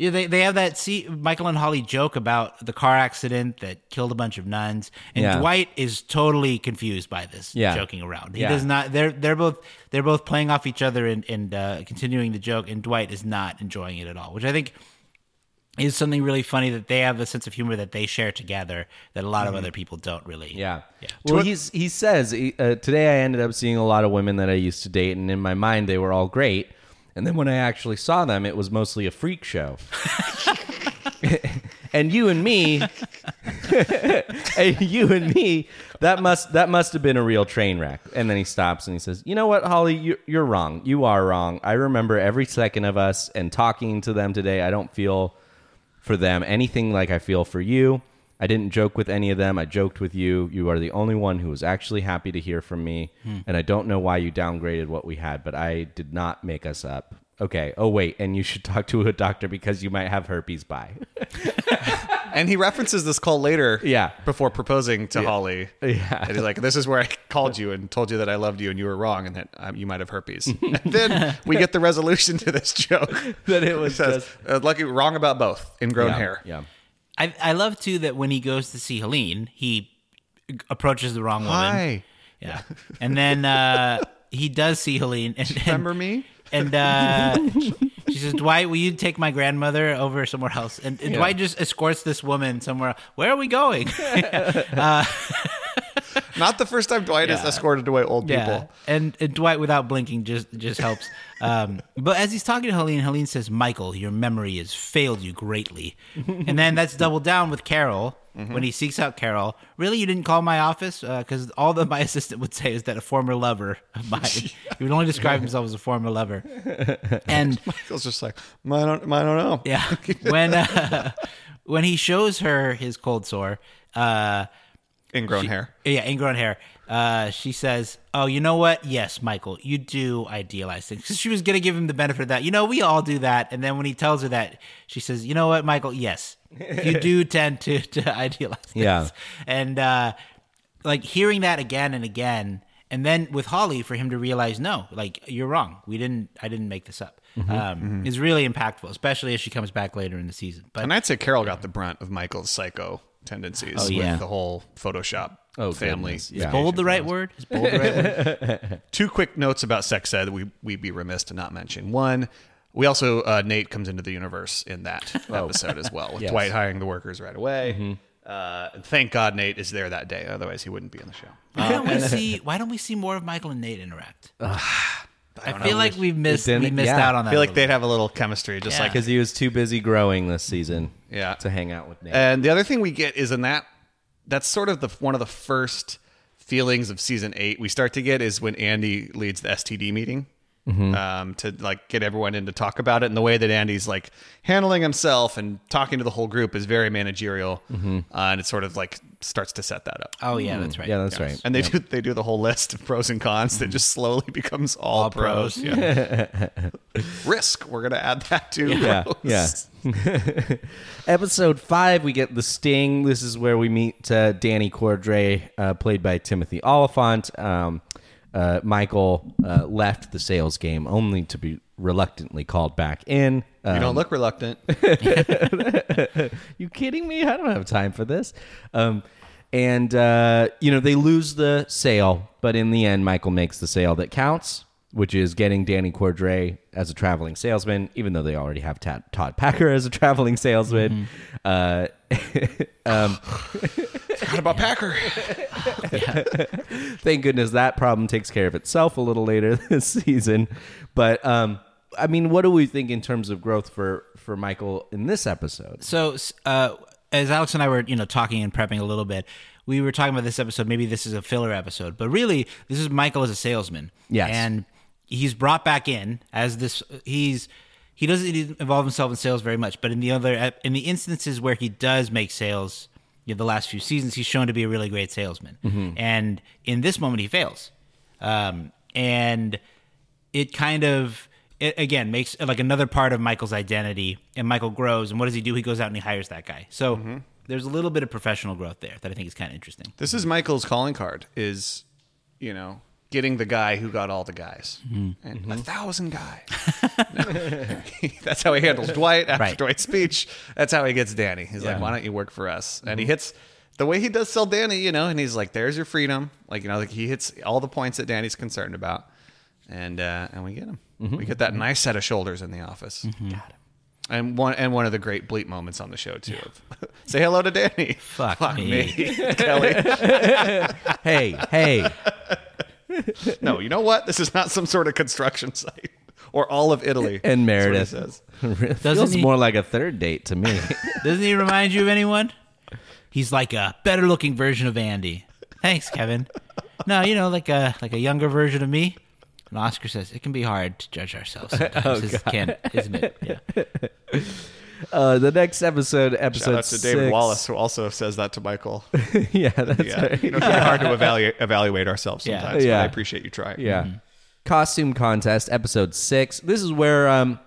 [SPEAKER 2] yeah, they, they have that see Michael and Holly joke about the car accident that killed a bunch of nuns. And
[SPEAKER 5] Yeah.
[SPEAKER 2] Dwight is totally confused by this
[SPEAKER 5] Yeah.
[SPEAKER 2] joking around. He
[SPEAKER 5] Yeah.
[SPEAKER 2] does not they're they're both they're both playing off each other and, and uh, continuing the joke and Dwight is not enjoying it at all, which I think is something really funny that they have a sense of humor that they share together that a lot of other people don't really.
[SPEAKER 5] Mm-hmm. Yeah. Well, he's, he says, he- uh, today I ended up seeing a lot of women that I used to date, and in my mind, they were all great. And then when I actually saw them, it was mostly a freak show. and you and me, and you and me, that must that must have been a real train wreck. And then he stops and he says, "You know what, Holly? You, you're wrong. You are wrong. I remember every second of us. And talking to them today, I don't feel for them anything like I feel for you. I didn't joke with any of them. I joked with you. You are the only one who was actually happy to hear from me.
[SPEAKER 3] Hmm.
[SPEAKER 5] And I don't know why you downgraded what we had, but I did not make us up. Okay. Oh, wait. And you should talk to a doctor because you might have herpes. Bye.
[SPEAKER 3] And he references this call later.
[SPEAKER 5] Yeah.
[SPEAKER 3] Before proposing to Holly.
[SPEAKER 5] Yeah.
[SPEAKER 3] And he's like, "This is where I called you and told you that I loved you and you were wrong and that um, you might have herpes." and then we get the resolution to this joke
[SPEAKER 5] That it was
[SPEAKER 3] says, uh, "Lucky wrong about both ingrown hair."
[SPEAKER 5] Yeah.
[SPEAKER 2] I, I love too that when he goes to see Helene, he approaches the wrong woman.
[SPEAKER 3] Hi.
[SPEAKER 2] Yeah. And then uh, he does see Helene. And, and-
[SPEAKER 3] Remember me?
[SPEAKER 2] And uh, she says, Dwight, will you take my grandmother over somewhere else? And, and Dwight just escorts this woman somewhere. Where are we going?
[SPEAKER 3] Not the first time Dwight has
[SPEAKER 2] Yeah.
[SPEAKER 3] escorted away old people.
[SPEAKER 2] And, and Dwight, without blinking, just just helps. Um, but as he's talking to Helene, Helene says, "Michael, your memory has failed you greatly." and then that's doubled down with Carol when he seeks out Carol. Really, you didn't call my office because all that my assistant would say is that a former lover of mine. he would only describe himself as a former lover. And
[SPEAKER 3] Feels just like, I don't, I don't know.
[SPEAKER 2] yeah. When uh, when he shows her his cold sore, uh,
[SPEAKER 3] Ingrown hair.
[SPEAKER 2] yeah, ingrown hair. Uh, she says, "Oh, you know what? Yes, Michael, you do idealize things." 'Cause she was gonna give him the benefit of that. You know, we all do that. And then when he tells her that, she says, "You know what, Michael? Yes, you do tend to to idealize things."
[SPEAKER 5] Yeah.
[SPEAKER 2] And uh, like hearing that again and again, and then with Holly for him to realize, no, like you're wrong. We didn't. I didn't make this up. um, Is really impactful, especially as she comes back later in the season. But
[SPEAKER 3] And I'd say Carol got the brunt of Michael's psycho tendencies
[SPEAKER 2] Oh, yeah.
[SPEAKER 3] with the whole Photoshop
[SPEAKER 5] Oh,
[SPEAKER 3] family.
[SPEAKER 5] goodness. Yeah.
[SPEAKER 2] bold the right word. Is bold the right word?
[SPEAKER 3] Two quick notes about sex ed that we, we'd be remiss to not mention. One, we also, uh, Nate comes into the universe in that episode as well, with Dwight hiring the workers right away. Uh, and thank God Nate is there that day. Otherwise, he wouldn't be in the show.
[SPEAKER 2] Why don't
[SPEAKER 5] Uh,
[SPEAKER 2] we see? Why don't we see more of Michael and Nate interact? I,
[SPEAKER 3] don't
[SPEAKER 2] feel
[SPEAKER 3] know.
[SPEAKER 2] like we've missed
[SPEAKER 5] It
[SPEAKER 2] we
[SPEAKER 5] didn't-
[SPEAKER 2] missed
[SPEAKER 5] yeah.
[SPEAKER 2] out on that.
[SPEAKER 3] I feel like
[SPEAKER 2] a
[SPEAKER 3] they'd
[SPEAKER 2] little
[SPEAKER 3] have a little chemistry, just
[SPEAKER 2] Yeah.
[SPEAKER 3] like
[SPEAKER 5] Because he was too busy growing this season.
[SPEAKER 3] Yeah. Eh.
[SPEAKER 5] To hang out with Nate.
[SPEAKER 3] And the other thing we get is in that that's sort of the one of the first feelings of season eight we start to get is when Andy leads the STD meeting. Um, to like get everyone in to talk about it, and the way that Andy's like handling himself and talking to the whole group is very managerial, uh, and it sort of like starts to set that up.
[SPEAKER 2] bit. Oh yeah, that's right.
[SPEAKER 5] Mm. yeah, that's right.
[SPEAKER 3] And they do they do the whole list of pros and cons that just slowly becomes all,
[SPEAKER 2] All pros.
[SPEAKER 3] pros. Yeah. Risk, we're gonna add that to
[SPEAKER 5] Yeah,
[SPEAKER 3] pros.
[SPEAKER 5] yeah. Episode five, we get the sting. This is where we meet uh, Danny Cordray, uh, played by Timothy Oliphant. Um, uh, Michael uh, left the sales game only to be reluctantly called back in. Uh,
[SPEAKER 3] You don't look reluctant.
[SPEAKER 5] you kidding me? I don't have time for this. Um, and uh, you know they lose the sale, but in the end, Michael makes the sale that counts, which is getting Danny Cordray as a traveling salesman, even though they already have Ta- Todd Packer as a traveling salesman. Uh,
[SPEAKER 3] Forgot about Packer.
[SPEAKER 5] thank goodness that problem takes care of itself a little later this season. But um, I mean, what do we think in terms of growth for for Michael in this episode?
[SPEAKER 2] So s- uh, as Alex and I were you know talking and prepping a little bit, we were talking about this episode. Maybe this is a filler episode, but really this is Michael as a salesman.
[SPEAKER 5] Yes.
[SPEAKER 2] and he's brought back in as this. He's he doesn't involve himself in sales very much, but in the other ep- in the instances where he does make sales, you know, the last few seasons, he's shown to be a really great salesman.
[SPEAKER 5] Mm-hmm.
[SPEAKER 2] And in this moment, he fails. Um, and it kind of it again makes like another part of Michael's identity and Michael grows and what does he do he goes out and he hires that guy so
[SPEAKER 5] Mm-hmm.
[SPEAKER 2] there's a little bit of professional growth there that I think is kind of interesting
[SPEAKER 3] This is Michael's calling card is, you know, getting the guy who got all the guys.
[SPEAKER 2] Mm-hmm.
[SPEAKER 3] And a thousand guys. That's how he handles Dwight after
[SPEAKER 2] Right.
[SPEAKER 3] Dwight's speech. That's how he gets Danny. He's like, why don't you work for us? And he
[SPEAKER 2] Mm-hmm.
[SPEAKER 3] hits the way he does sell Danny, you know, and he's like, there's your freedom. Like, you know, like he hits all the points that Danny's concerned about. And uh, and we get him.
[SPEAKER 2] Mm-hmm.
[SPEAKER 3] We get that nice set of shoulders in the office. Got him. And one and one of the great bleep moments on the show too. of Say hello to Danny.
[SPEAKER 2] Fuck me.
[SPEAKER 3] Kelly.
[SPEAKER 5] Hey, hey,
[SPEAKER 3] No, you know what? This is not some sort of construction site or all of Italy.
[SPEAKER 5] and
[SPEAKER 3] That's what it
[SPEAKER 5] Meredith.
[SPEAKER 3] says.
[SPEAKER 5] It feels
[SPEAKER 2] Doesn't he-
[SPEAKER 5] more like a third date to me.
[SPEAKER 2] doesn't he remind you of anyone he's like a better looking version of Andy thanks Kevin no you know like a like a younger version of me and Oscar says it can be hard to judge ourselves sometimes is- can, isn't it yeah
[SPEAKER 5] Uh, the next episode, episode
[SPEAKER 3] Shout out to David
[SPEAKER 5] six.
[SPEAKER 3] Wallace, who also says that to Michael.
[SPEAKER 5] yeah, that's
[SPEAKER 3] Yeah,
[SPEAKER 5] right.
[SPEAKER 3] you know, it's very hard to evaluate, evaluate ourselves
[SPEAKER 2] Yeah.
[SPEAKER 3] sometimes. Yeah,
[SPEAKER 5] Yeah.
[SPEAKER 3] I appreciate you trying.
[SPEAKER 5] Yeah. Costume contest, episode six. This is where, um,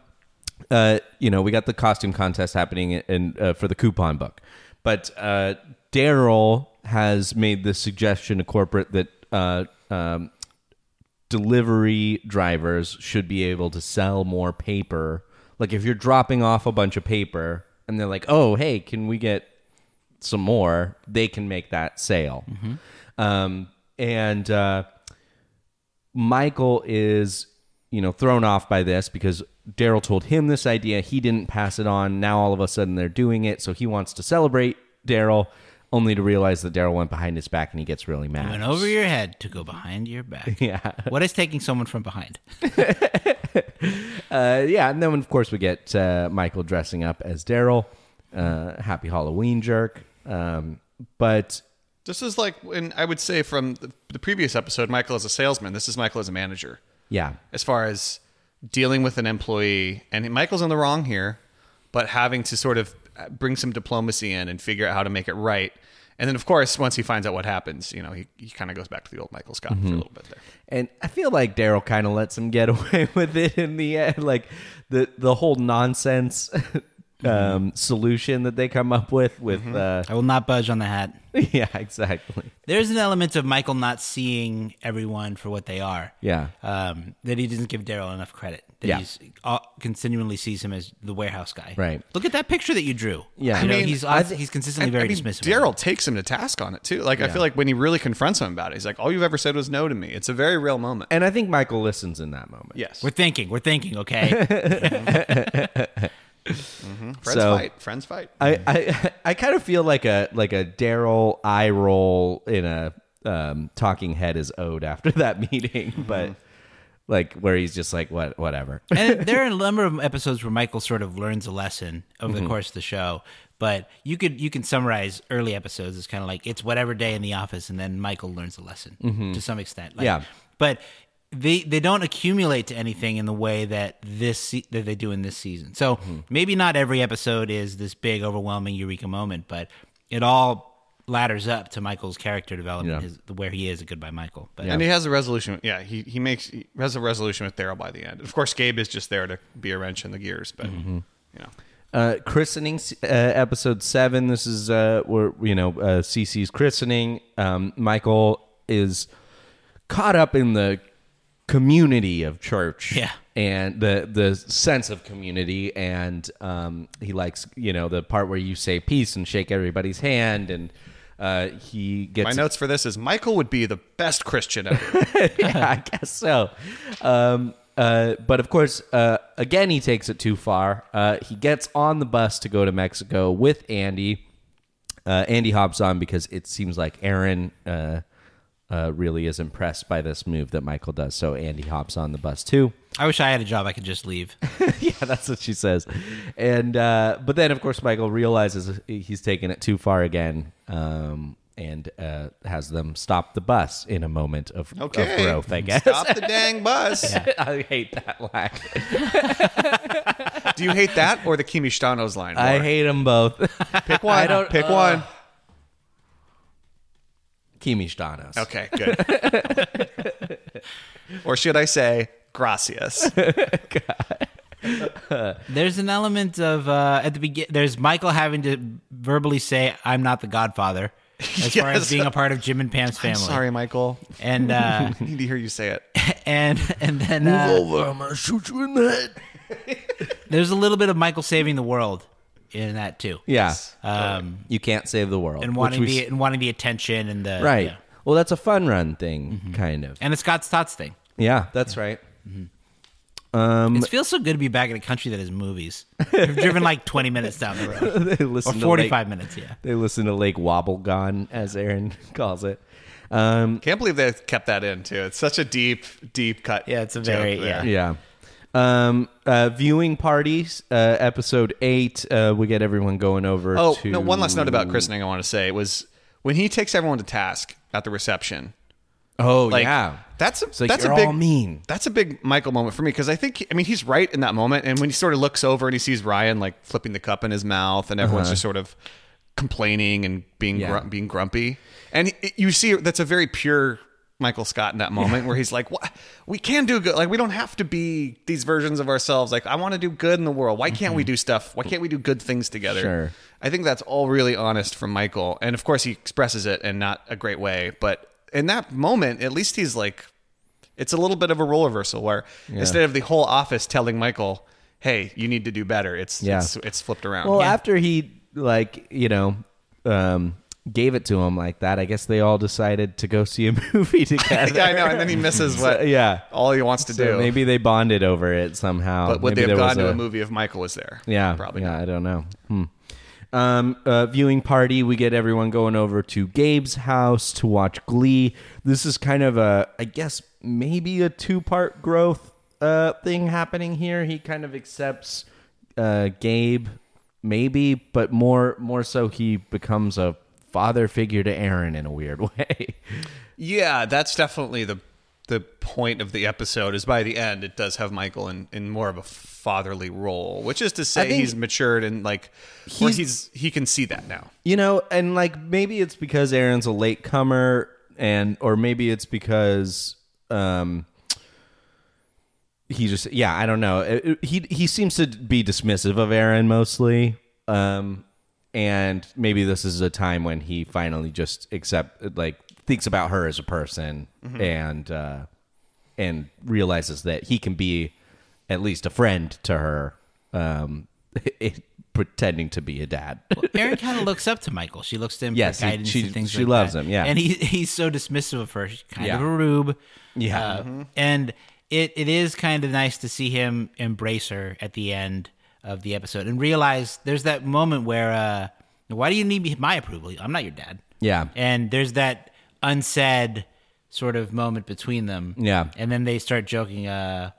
[SPEAKER 5] uh, you know, we got the costume contest happening in, uh, for the coupon book. But uh, Daryl has made the suggestion to corporate that uh, um, delivery drivers should be able to sell more paper. Like if you're dropping off a bunch of paper and they're like, "Oh, hey, can we get some more?" They can make that sale.
[SPEAKER 2] Mm-hmm.
[SPEAKER 5] Um, and uh, Michael is, you know, thrown off by this because Daryl told him this idea. He didn't pass it on. Now all of a sudden they're doing it. So he wants to celebrate Daryl, only to realize that Daryl went behind his back and he gets really mad.
[SPEAKER 2] Went over your head to go behind your back.
[SPEAKER 5] Yeah.
[SPEAKER 2] What is taking someone from behind?
[SPEAKER 5] Uh, yeah, and then of course we get uh, Michael dressing up as Daryl. Uh, happy Halloween, jerk. Um, but
[SPEAKER 3] This is like, and I would say from the, the previous episode, Michael as a salesman. This is Michael as a manager,
[SPEAKER 5] yeah,
[SPEAKER 3] as far as dealing with an employee. And Michael's in the wrong here, but having to sort of bring some diplomacy in and figure out how to make it right. And then, of course, once he finds out what happens, you know, he, he kind of goes back to the old Michael Scott for a little bit there.
[SPEAKER 5] and I feel like Daryl kind of lets him get away with it in the end. Like the the whole nonsense um, solution that they come up with with uh,
[SPEAKER 2] I will not budge on the hat.
[SPEAKER 5] yeah, exactly.
[SPEAKER 2] There's an element of Michael not seeing everyone for what they are.
[SPEAKER 5] Yeah.
[SPEAKER 2] Um, that he doesn't give Daryl enough credit. That
[SPEAKER 5] Yeah.
[SPEAKER 2] he's uh, continually sees him as the warehouse guy.
[SPEAKER 5] Right.
[SPEAKER 2] Look at that picture that you drew.
[SPEAKER 5] Yeah.
[SPEAKER 2] You
[SPEAKER 5] I
[SPEAKER 2] know,
[SPEAKER 5] mean,
[SPEAKER 2] he's
[SPEAKER 5] I thi-
[SPEAKER 2] he's consistently
[SPEAKER 3] I
[SPEAKER 2] very
[SPEAKER 3] mean,
[SPEAKER 2] dismissive.
[SPEAKER 3] Daryl takes him to task on it, too. Like, I feel like when he really confronts him about it, he's like, all you've ever said was no to me. It's a very real moment.
[SPEAKER 5] And I think Michael listens in that moment.
[SPEAKER 3] yes.
[SPEAKER 2] We're thinking. We're thinking. Okay.
[SPEAKER 3] friends
[SPEAKER 5] so-
[SPEAKER 3] fight. Friends fight.
[SPEAKER 5] I, I I kind of feel like a like a Daryl eye roll in a um, talking head is owed after that meeting, but like where he's just like what whatever.
[SPEAKER 2] and there are a number of episodes where Michael sort of learns a lesson over
[SPEAKER 5] Mm-hmm.
[SPEAKER 2] the course of the show. But you could you can summarize early episodes as kind of like it's whatever day in the office, and then Michael learns a lesson to some extent. Like,
[SPEAKER 5] Mm-hmm. Yeah.
[SPEAKER 2] but they they don't accumulate to anything in the way that this se- that they do in this season. So
[SPEAKER 5] Mm-hmm.
[SPEAKER 2] maybe not every episode is this big overwhelming eureka moment, but it all ladders up to Michael's character development,
[SPEAKER 5] Yeah.
[SPEAKER 2] his, where he is a goodbye Michael. But
[SPEAKER 3] And he has a resolution. Yeah, he, he makes he has a resolution with Daryl by the end. Of course, Gabe is just there to be a wrench in the gears, but you know,
[SPEAKER 5] Uh, christening uh, episode seven. This is uh, where you know uh, CC's christening. Um, Michael is caught up in the community of church.
[SPEAKER 2] Yeah.
[SPEAKER 5] And the the sense of community, and um, he likes you know the part where you say peace and shake everybody's hand, and uh, he gets
[SPEAKER 3] my notes for this is Michael would be the best Christian ever.
[SPEAKER 5] yeah, I guess so. Um, uh, but of course, uh, again, he takes it too far. Uh, he gets on the bus to go to Mexico with Andy. Uh, Andy hops on because it seems like Aaron uh, uh, really is impressed by this move that Michael does. So Andy hops on the bus too.
[SPEAKER 2] I wish I had a job I could just leave.
[SPEAKER 5] yeah, that's what she says. And uh, but then, of course, Michael realizes he's taken it too far again. Um, and uh, has them stop the bus in a moment of, of
[SPEAKER 3] Okay,
[SPEAKER 5] growth, I guess.
[SPEAKER 3] Stop the dang bus.
[SPEAKER 5] I hate that line.
[SPEAKER 3] Do you hate that or the Kimi Stano's line?
[SPEAKER 5] I
[SPEAKER 3] Laura?
[SPEAKER 5] hate them both.
[SPEAKER 3] pick one. pick
[SPEAKER 5] uh,
[SPEAKER 3] one.
[SPEAKER 5] Kimi Stanos.
[SPEAKER 3] Okay, good. or should I say gracias?
[SPEAKER 2] There's an element of uh, at the begin. There's Michael having to verbally say, "I'm not the Godfather," as far as
[SPEAKER 3] Yes.
[SPEAKER 2] being a part of Jim and Pam's family.
[SPEAKER 3] Sorry, Michael.
[SPEAKER 2] And uh,
[SPEAKER 3] I need to hear you say it.
[SPEAKER 2] and and then uh,
[SPEAKER 5] Over, I'm gonna shoot you in the head.
[SPEAKER 2] there's a little bit of Michael saving the world in that too.
[SPEAKER 5] Yeah.
[SPEAKER 2] Um,
[SPEAKER 5] You can't save the world.
[SPEAKER 2] and
[SPEAKER 5] which
[SPEAKER 2] wanting
[SPEAKER 5] we
[SPEAKER 2] the
[SPEAKER 5] s-
[SPEAKER 2] and wanting the attention and the
[SPEAKER 5] right.
[SPEAKER 2] yeah.
[SPEAKER 5] Well, that's a fun run thing,
[SPEAKER 3] Mm-hmm.
[SPEAKER 5] kind of.
[SPEAKER 2] and the Scott Stotts thing.
[SPEAKER 5] Yeah, that's right. Um,
[SPEAKER 2] it feels so good to be back in a country that has movies. I've driven like 20 minutes down the road
[SPEAKER 5] they
[SPEAKER 2] or
[SPEAKER 5] listen to
[SPEAKER 2] 45
[SPEAKER 5] Lake,
[SPEAKER 2] minutes. Yeah.
[SPEAKER 5] They listen to Lake Wobblegon, as Aaron calls it. Um,
[SPEAKER 3] Can't believe they kept that in too. It's such a deep, deep cut.
[SPEAKER 2] Yeah, it's a
[SPEAKER 3] joke
[SPEAKER 2] very-
[SPEAKER 3] there.
[SPEAKER 2] yeah.
[SPEAKER 5] yeah. Um, uh, viewing parties, uh, episode eight. Uh, we get everyone going over.
[SPEAKER 3] Oh
[SPEAKER 5] to...
[SPEAKER 3] no! One last note about christening I want to say was when he takes everyone to task at the reception.
[SPEAKER 5] Oh
[SPEAKER 3] Like,
[SPEAKER 5] yeah,
[SPEAKER 3] that's a
[SPEAKER 5] like,
[SPEAKER 3] that's
[SPEAKER 5] "You're
[SPEAKER 3] a big
[SPEAKER 5] all mean.
[SPEAKER 3] That's a big Michael moment for me because I think I mean he's right in that moment, and when he sort of looks over and he sees Ryan like flipping the cup in his mouth, and everyone's just sort of complaining and being
[SPEAKER 5] Uh-huh. Yeah.
[SPEAKER 3] grum- being grumpy, and he- you see that's a very pure Michael Scott in that moment where he's like, "What? We can do good. Like we don't have to be these versions of ourselves. Like I want to do good in the world. Why can't we do stuff? Why can't we do good things together?"
[SPEAKER 5] Mm-hmm. Sure.
[SPEAKER 3] I think that's all really honest from Michael, and of course he expresses it in not a great way, but in that moment, at least he's like, it's a little bit of a role reversal where instead of the whole office telling Michael, "Hey, you need to do better," it's
[SPEAKER 5] Yeah.
[SPEAKER 3] it's, it's flipped around.
[SPEAKER 5] Well,
[SPEAKER 3] Yeah.
[SPEAKER 5] after he like you know um, gave it to him like that, I guess they all decided to go see a movie together.
[SPEAKER 3] yeah, I know. And then he misses what
[SPEAKER 5] yeah.
[SPEAKER 3] all he wants to
[SPEAKER 5] So
[SPEAKER 3] do.
[SPEAKER 5] maybe they bonded over it somehow.
[SPEAKER 3] but would they
[SPEAKER 5] maybe
[SPEAKER 3] have
[SPEAKER 5] there was
[SPEAKER 3] gone to a movie if Michael was there?
[SPEAKER 5] Yeah,
[SPEAKER 3] probably.
[SPEAKER 5] Yeah,
[SPEAKER 3] not.
[SPEAKER 5] I don't know. Hmm. Um, uh, viewing party. We get everyone going over to Gabe's house to watch Glee. This is kind of a, I guess, maybe a two-part growth uh, thing happening here. He kind of accepts uh, Gabe, maybe, but more, more so, he becomes a father figure to Aaron in a weird way.
[SPEAKER 3] Yeah, that's definitely the the point of the episode. Is by the end, it does have Michael in, in more of a fatherly role, which is to say
[SPEAKER 5] think-
[SPEAKER 3] he's matured and like or
[SPEAKER 5] He's-
[SPEAKER 3] he's he can see that now.
[SPEAKER 5] You know, and like maybe it's because Aaron's a late comer and or maybe it's because um he just yeah, I don't know. It- it- he he seems to be dismissive of Aaron mostly. Um and maybe this is a time when he finally just accept like thinks about her as a person and uh and realizes that he can be at least a friend to her um pretending to be a dad.
[SPEAKER 2] Erin kind of looks up to Michael. She looks to him
[SPEAKER 5] Yes,
[SPEAKER 2] for
[SPEAKER 5] he-
[SPEAKER 2] guidance
[SPEAKER 5] she-
[SPEAKER 2] and things
[SPEAKER 5] she
[SPEAKER 2] like
[SPEAKER 5] loves
[SPEAKER 2] that.
[SPEAKER 5] him, yeah.
[SPEAKER 2] And he, he's so dismissive of her. She's kind
[SPEAKER 5] Yeah.
[SPEAKER 2] of a rube.
[SPEAKER 5] Yeah.
[SPEAKER 2] Uh, And it, it is kind of nice to see him embrace her at the end of the episode and realize there's that moment where, uh, why do you need me- my approval? I'm not your dad.
[SPEAKER 5] Yeah.
[SPEAKER 2] And there's that unsaid sort of moment between them.
[SPEAKER 5] Yeah.
[SPEAKER 2] And then they start joking, uh,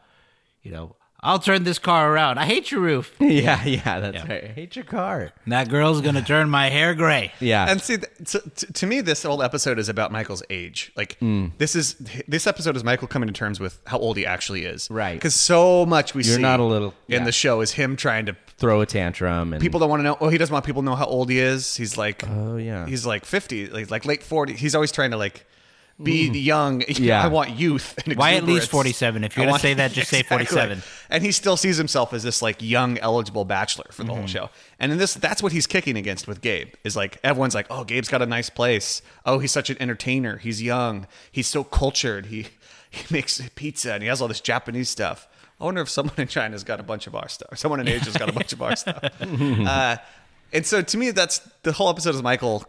[SPEAKER 2] you know, I'll turn this car around. I hate your roof.
[SPEAKER 5] Yeah, yeah, that's right. I hate your car.
[SPEAKER 2] That girl's going to turn my hair gray.
[SPEAKER 5] Yeah.
[SPEAKER 3] And see, th- so, t- to me, this whole episode is about Michael's age. Like
[SPEAKER 5] Mm.
[SPEAKER 3] this is this episode is Michael coming to terms with how old he actually is.
[SPEAKER 5] Right.
[SPEAKER 3] Because so much we
[SPEAKER 5] You're
[SPEAKER 3] see
[SPEAKER 5] not a little-
[SPEAKER 3] in
[SPEAKER 5] yeah.
[SPEAKER 3] the show is him trying to
[SPEAKER 5] Throw a tantrum and
[SPEAKER 3] people don't want to know. Oh, he doesn't want people to know how old he is. He's like, oh
[SPEAKER 5] yeah.
[SPEAKER 3] he's like fifty, like, like late forty. He's always trying to like be young.
[SPEAKER 5] Yeah.
[SPEAKER 3] I want youth. And
[SPEAKER 2] Why at least
[SPEAKER 3] exuberance.
[SPEAKER 2] 47? If you're
[SPEAKER 3] I
[SPEAKER 2] gonna
[SPEAKER 3] want-
[SPEAKER 2] say that, just say 47.
[SPEAKER 3] And he still sees himself as this like young eligible bachelor for the whole
[SPEAKER 2] Mm-hmm.
[SPEAKER 3] show. And in this, that's what he's kicking against with Gabe. Is like everyone's like, oh, Gabe's got a nice place. Oh, he's such an entertainer. He's young. He's so cultured. He he makes pizza and he has all this Japanese stuff. I wonder if someone in China's got a bunch of our stuff. Someone in Asia's got a bunch of our stuff. Uh, and so to me, that's the whole episode is Michael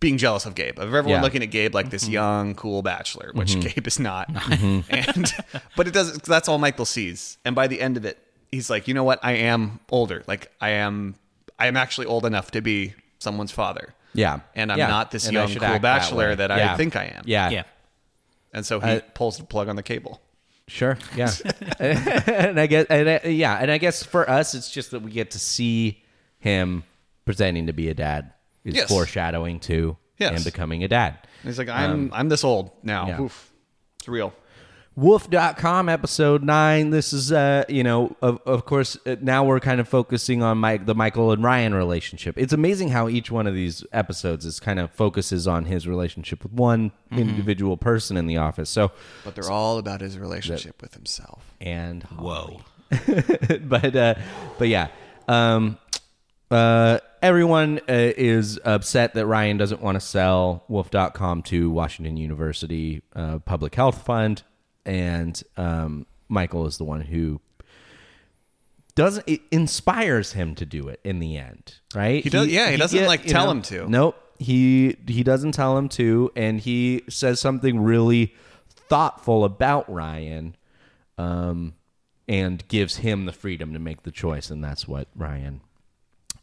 [SPEAKER 3] being jealous of Gabe, of everyone
[SPEAKER 5] Yeah. Mm-hmm.
[SPEAKER 3] looking at Gabe like this young, cool bachelor, which Gabe is not. And but it doesn't. That's all Michael sees. And by the end of it, he's like, you know what? I am older. Like I am. I am actually old enough to be someone's father.
[SPEAKER 5] Yeah.
[SPEAKER 3] And I'm
[SPEAKER 5] Yeah.
[SPEAKER 3] not this
[SPEAKER 5] And I
[SPEAKER 3] young,
[SPEAKER 5] should
[SPEAKER 3] cool
[SPEAKER 5] act that
[SPEAKER 3] bachelor
[SPEAKER 5] way.
[SPEAKER 3] that,
[SPEAKER 5] Yeah.
[SPEAKER 3] I think I am.
[SPEAKER 5] Yeah.
[SPEAKER 2] Yeah.
[SPEAKER 3] And so he pulls the plug on the cable.
[SPEAKER 5] Sure. Yeah. and I guess and I, yeah, and I guess for us it's just that we get to see him pretending to be a dad is
[SPEAKER 3] Yes.
[SPEAKER 5] foreshadowing to
[SPEAKER 3] Yes.
[SPEAKER 5] and becoming a dad.
[SPEAKER 3] And he's like, I'm. I'm this old now.
[SPEAKER 5] Um, yeah.
[SPEAKER 3] Oof. It's real.
[SPEAKER 5] Wolf.com episode 9. This is uh, you know, of of course uh, now we're kind of focusing on Mike the Michael and Ryan relationship. It's amazing how each one of these episodes is kind of focuses on his relationship with one individual person in the office. So
[SPEAKER 3] But they're all about his relationship with himself.
[SPEAKER 5] and
[SPEAKER 2] Whoa.
[SPEAKER 5] but uh, but yeah, um, uh, everyone uh, is upset that Ryan doesn't want to sell Wolf.com to Washington University uh, Public Health Fund, and um, Michael is the one who doesn't it inspires him to do it in the end, right?
[SPEAKER 3] He does- yeah, he doesn't, like,
[SPEAKER 5] you
[SPEAKER 3] tell him to.
[SPEAKER 5] Nope. He he doesn't tell him to, and he says something really thoughtful about Ryan um, and gives him the freedom to make the choice and that's what ryan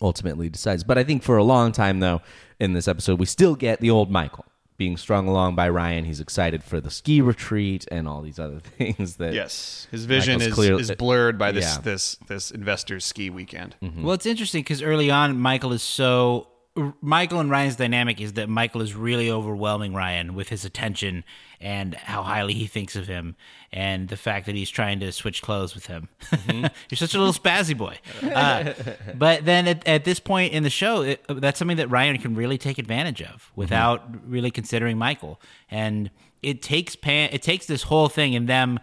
[SPEAKER 5] ultimately decides but i think for a long time though in this episode we still get the old michael being strung along by ryan he's excited for the ski retreat and all these other things that
[SPEAKER 3] Yes, his vision
[SPEAKER 5] Michael's
[SPEAKER 3] is,
[SPEAKER 5] clearly-
[SPEAKER 3] is blurred by this
[SPEAKER 5] Yeah. Mm-hmm.
[SPEAKER 3] this this investors ski weekend.
[SPEAKER 2] Well, it's interesting because early on, Michael is so. R- Michael and Ryan's dynamic is that Michael is really overwhelming Ryan with his attention and how highly he thinks of him, and the fact that he's trying to switch clothes with him. You're such a little spazzy boy. Uh, but then at, at this point in the show, it, that's something that Ryan can really take advantage of without really considering Michael. And it takes pan it takes this whole thing and them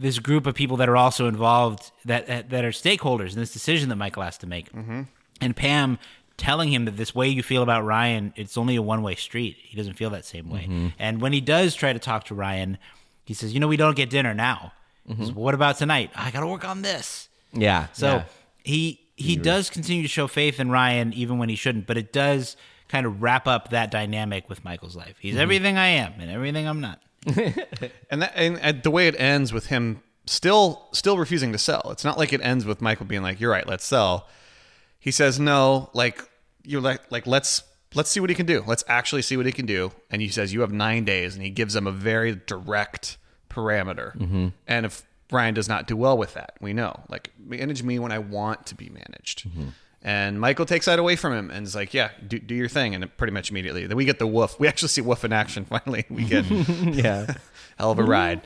[SPEAKER 2] this group of people that are also involved that that, that are stakeholders in this decision that Michael has to make. And Pam telling him that this way you feel about Ryan, it's only a one way street. He doesn't feel that same way. And when he does try to talk to Ryan, he says, "You know, we don't get dinner now. He says, what about tonight? I got to work on this."
[SPEAKER 5] Yeah.
[SPEAKER 2] So he he does continue to show faith in Ryan even when he shouldn't, but it does kind of wrap up that dynamic with Michael's life. He's
[SPEAKER 5] Mm-hmm.
[SPEAKER 2] everything I am and everything I'm not.
[SPEAKER 3] and that and, and the way it ends with him still still refusing to sell it's not like it ends with michael being like you're right let's sell he says no like you're like like let's let's see what he can do let's actually see what he can do and he says you have nine days and he gives them a very direct parameter
[SPEAKER 5] Mm-hmm.
[SPEAKER 3] and if brian does not do well with that we know like manage me when i want to be managed
[SPEAKER 5] Mm-hmm.
[SPEAKER 3] and michael takes that away from him and is like yeah do, do your thing and it pretty much immediately then we get the woof we actually see woof in action finally we get
[SPEAKER 5] yeah. Mm-hmm.
[SPEAKER 3] hell of a ride.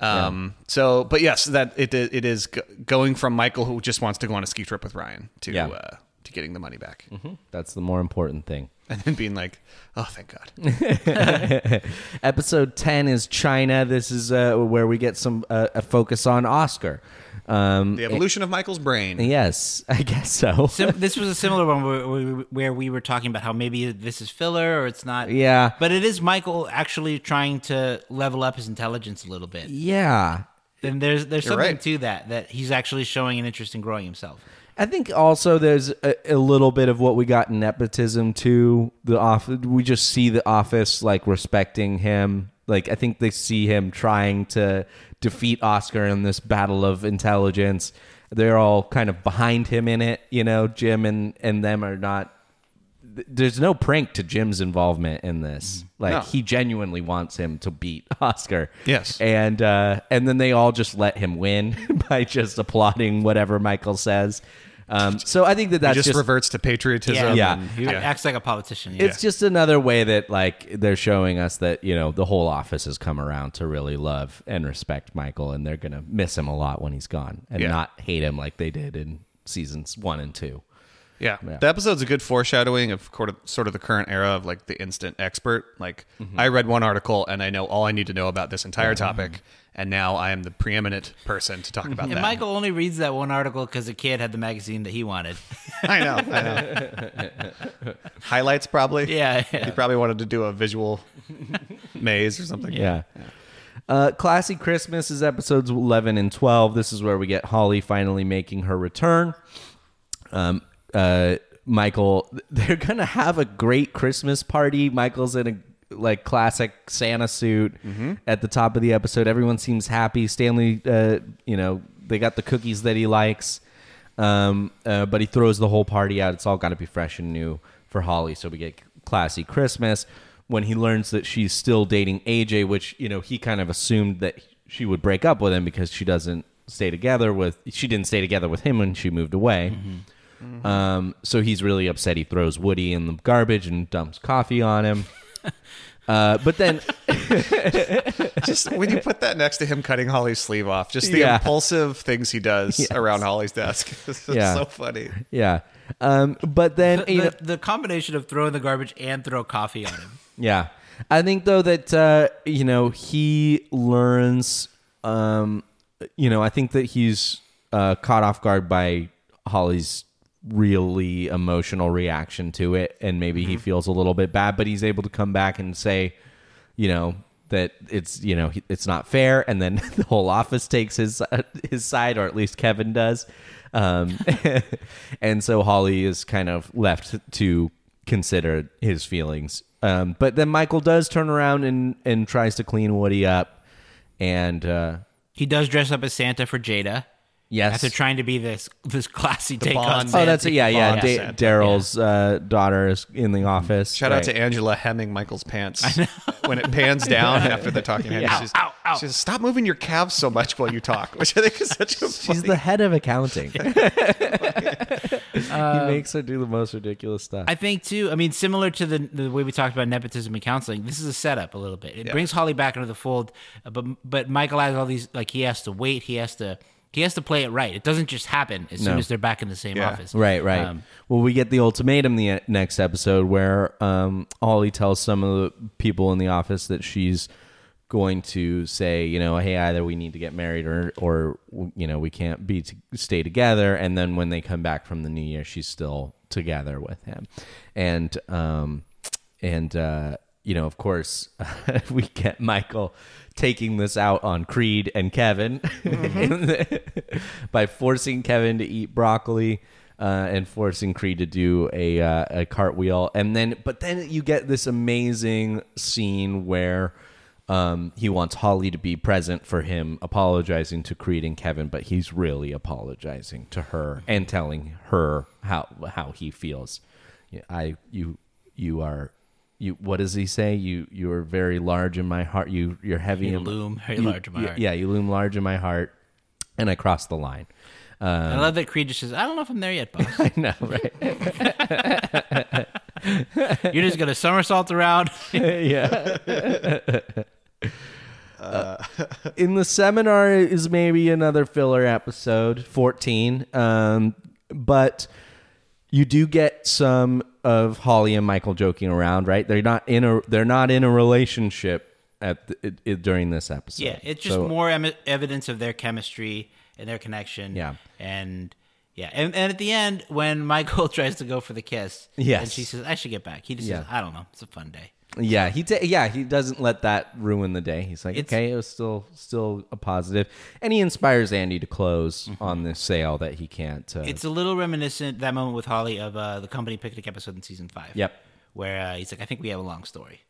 [SPEAKER 3] Um, So, but yes, that it it is go- going from Michael who just wants to go on a ski trip with Ryan to
[SPEAKER 5] Yeah.
[SPEAKER 3] uh, to getting the money back
[SPEAKER 5] Mm-hmm. That's the more important thing.
[SPEAKER 3] and then being like, oh, thank
[SPEAKER 5] Mm-hmm.
[SPEAKER 3] God.
[SPEAKER 5] Episode 10 is China. This is uh, where we get some uh, a focus on Oscar. Um,
[SPEAKER 3] The evolution of Michael's brain.
[SPEAKER 5] yes, I guess so.
[SPEAKER 2] Sim- this was a similar one where, where- where we were talking about how maybe this is filler or it's not.
[SPEAKER 5] Yeah.
[SPEAKER 2] But it is Michael actually trying to level up his intelligence a little bit.
[SPEAKER 5] yeah.
[SPEAKER 2] Then there's there's something
[SPEAKER 3] right.
[SPEAKER 2] to that that he's actually showing an interest in growing himself.
[SPEAKER 5] I think also there's a, a little bit of what we got in nepotism too. The office, we just see the office like respecting him. Like I think they see him trying to defeat Oscar in this battle of intelligence. They're all kind of behind him in it, you know. Jim and and them are not. th- There's no prank to Jim's involvement in this. Like
[SPEAKER 3] Mm. No.
[SPEAKER 5] he genuinely wants him to beat Oscar.
[SPEAKER 3] Yes.
[SPEAKER 5] and uh, and then they all just let him win by just applauding whatever Michael says. Um, so I think that
[SPEAKER 3] He
[SPEAKER 5] that's
[SPEAKER 3] just,
[SPEAKER 5] just,
[SPEAKER 3] reverts to patriotism.
[SPEAKER 5] Yeah.
[SPEAKER 3] and-
[SPEAKER 2] He acts like a politician. Yeah.
[SPEAKER 5] it's just another way that like they're showing us that you know the whole office has come around to really love and respect Michael, and they're gonna miss him a lot when he's gone and
[SPEAKER 3] Yeah.
[SPEAKER 5] not hate him like they did in seasons one and two.
[SPEAKER 3] Yeah. The episode's a good foreshadowing of sort of, sort of the current era of like the instant expert. Like
[SPEAKER 5] Mm-hmm.
[SPEAKER 3] I read one article and I know all I need to know about this entire topic. And now I am the preeminent person to talk
[SPEAKER 5] Mm-hmm.
[SPEAKER 3] about
[SPEAKER 2] and
[SPEAKER 3] that.
[SPEAKER 2] Michael only reads that one article because a kid had the magazine that he wanted.
[SPEAKER 3] I know. I know. Highlights probably.
[SPEAKER 2] Yeah,
[SPEAKER 3] He
[SPEAKER 2] yeah.
[SPEAKER 3] probably wanted to do a visual maze or something.
[SPEAKER 5] Yeah. Uh, Classy Christmas is episodes 11 and 12. This is where we get Holly finally making her return. Um, uh, Michael, they're going to have a great Christmas party. Michael's in a like classic Santa suit at the top of the episode. Everyone seems happy. Stanley, uh, you know, they got the cookies that he likes. Um, uh, but he throws the whole party out. It's all got to be fresh and new for Holly. So we get classy Christmas when he learns that she's still dating AJ, which, you know, he kind of assumed that she would break up with him because she doesn't stay together with, she didn't stay together with him when she moved away.
[SPEAKER 2] Mm-hmm.
[SPEAKER 5] Um, so he's really upset. He throws Woody in the garbage and dumps coffee on him. Uh, but then,
[SPEAKER 3] Just when you put that next to him cutting Holly's sleeve off, just the
[SPEAKER 5] Yeah.
[SPEAKER 3] impulsive things he does around Holly's desk. It's just
[SPEAKER 5] Yeah.
[SPEAKER 3] so funny.
[SPEAKER 5] yeah. Um, but then, you know,
[SPEAKER 2] the, the combination of throw in the garbage and throw coffee on him.
[SPEAKER 5] Yeah. I think though that uh, you know he learns um you know I think that he's uh caught off guard by Holly's really emotional reaction to it and maybe he feels a little bit bad but he's able to come back and say you know that it's you know he- it's not fair and then the whole office takes his uh, his side or at least Kevin does um and so Holly is kind of left to consider his feelings um but then Michael does turn around and and tries to clean Woody up and uh
[SPEAKER 2] He does dress up as Santa for Jada
[SPEAKER 5] yes
[SPEAKER 2] after trying to be this this classy take on
[SPEAKER 3] Bond.
[SPEAKER 5] Oh, that's it. Yeah, yeah.
[SPEAKER 3] Bond
[SPEAKER 5] Da-
[SPEAKER 3] Santa.
[SPEAKER 5] Daryl's uh, daughter is in the office.
[SPEAKER 3] Shout out
[SPEAKER 5] Right.
[SPEAKER 3] to Angela hemming Michael's pants when it pans down after the talking head. She's,
[SPEAKER 2] Ow, ow, ow.
[SPEAKER 3] she says, "Stop moving your calves so much while you talk," which I think is such a.
[SPEAKER 5] She's the head of accounting. he makes her do the most ridiculous stuff.
[SPEAKER 2] I think too. I mean, similar to the the way we talked about nepotism and counseling, this is a setup a little bit. It brings Holly back into the fold, uh, but but Michael has all these like he has to wait, he has to he has to play it right. It doesn't just happen as soon
[SPEAKER 5] No.
[SPEAKER 2] as they're back in the same office.
[SPEAKER 5] Right, right.
[SPEAKER 2] Um,
[SPEAKER 5] well, we get the ultimatum the uh, next episode where um, Ollie tells some of the people in the office that she's going to say, you know, hey, either we need to get married or, or you know, we can't be to stay together. And then when they come back from the new year, she's still together with him, and um, and uh, you know, of course, we get Michael taking this out on Creed and Kevin in the- by forcing Kevin to eat broccoli uh, and forcing Creed to do a uh, a cartwheel, and then but then you get this amazing scene where. Um, he wants Holly to be present for him, apologizing to Creed and Kevin, but he's really apologizing to her and telling her how how he feels. Yeah, I you you are you what does he say you you are very large in my heart you you're heavy
[SPEAKER 2] You
[SPEAKER 5] in,
[SPEAKER 2] loom very large in my
[SPEAKER 5] you-
[SPEAKER 2] heart.
[SPEAKER 5] yeah you loom large in my heart and i crossed the line Um,
[SPEAKER 2] I love that Creed just says, "I don't know if I'm there yet, boss."
[SPEAKER 5] i know right
[SPEAKER 2] You're just gonna somersault around.
[SPEAKER 5] yeah Uh, in the seminar is maybe another filler episode 14 um but you do get some of Holly and Michael joking around, right? They're not in a they're not in a relationship at the, it, it- during this episode.
[SPEAKER 2] yeah, it's just
[SPEAKER 5] So-
[SPEAKER 2] more em- evidence of their chemistry and their connection.
[SPEAKER 5] Yeah.
[SPEAKER 2] and yeah, and, and at the end when Michael tries to go for the kiss,
[SPEAKER 5] Yes.
[SPEAKER 2] and she says, "I should get back." He just says,
[SPEAKER 5] Yeah.
[SPEAKER 2] "I don't know. It's a fun day."
[SPEAKER 5] Yeah, he ta- yeah he doesn't let that ruin the day. He's like,
[SPEAKER 2] It's-
[SPEAKER 5] okay, it was still still a positive, and he inspires Andy to close
[SPEAKER 2] Mm-hmm.
[SPEAKER 5] on this sale that he can't. Uh,
[SPEAKER 2] It's a little reminiscent that moment with Holly of uh, the company picnic episode in season five.
[SPEAKER 5] Yep.
[SPEAKER 2] where uh, he's like, "I think we have a long story."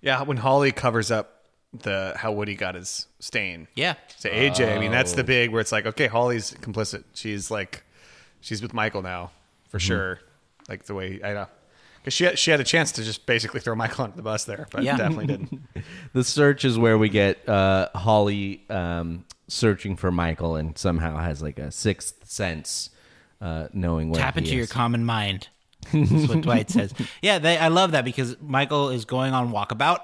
[SPEAKER 3] Yeah, when Holly covers up the how Woody got his stain.
[SPEAKER 2] Yeah.
[SPEAKER 3] To AJ, I mean that's the big where it's like, okay, Holly's complicit. She's like, she's with Michael now for sure. Like the way I know, because she had, she had a chance to just basically throw Michael under the bus there, but
[SPEAKER 2] Yeah.
[SPEAKER 3] definitely didn't.
[SPEAKER 5] the search is where we get uh, Holly um, searching for Michael, and somehow has like a sixth sense, uh, knowing where
[SPEAKER 2] Tap
[SPEAKER 5] he
[SPEAKER 2] into
[SPEAKER 5] is.
[SPEAKER 2] your common mind. That's what Dwight says. Yeah, they, I love that because Michael is going on walkabout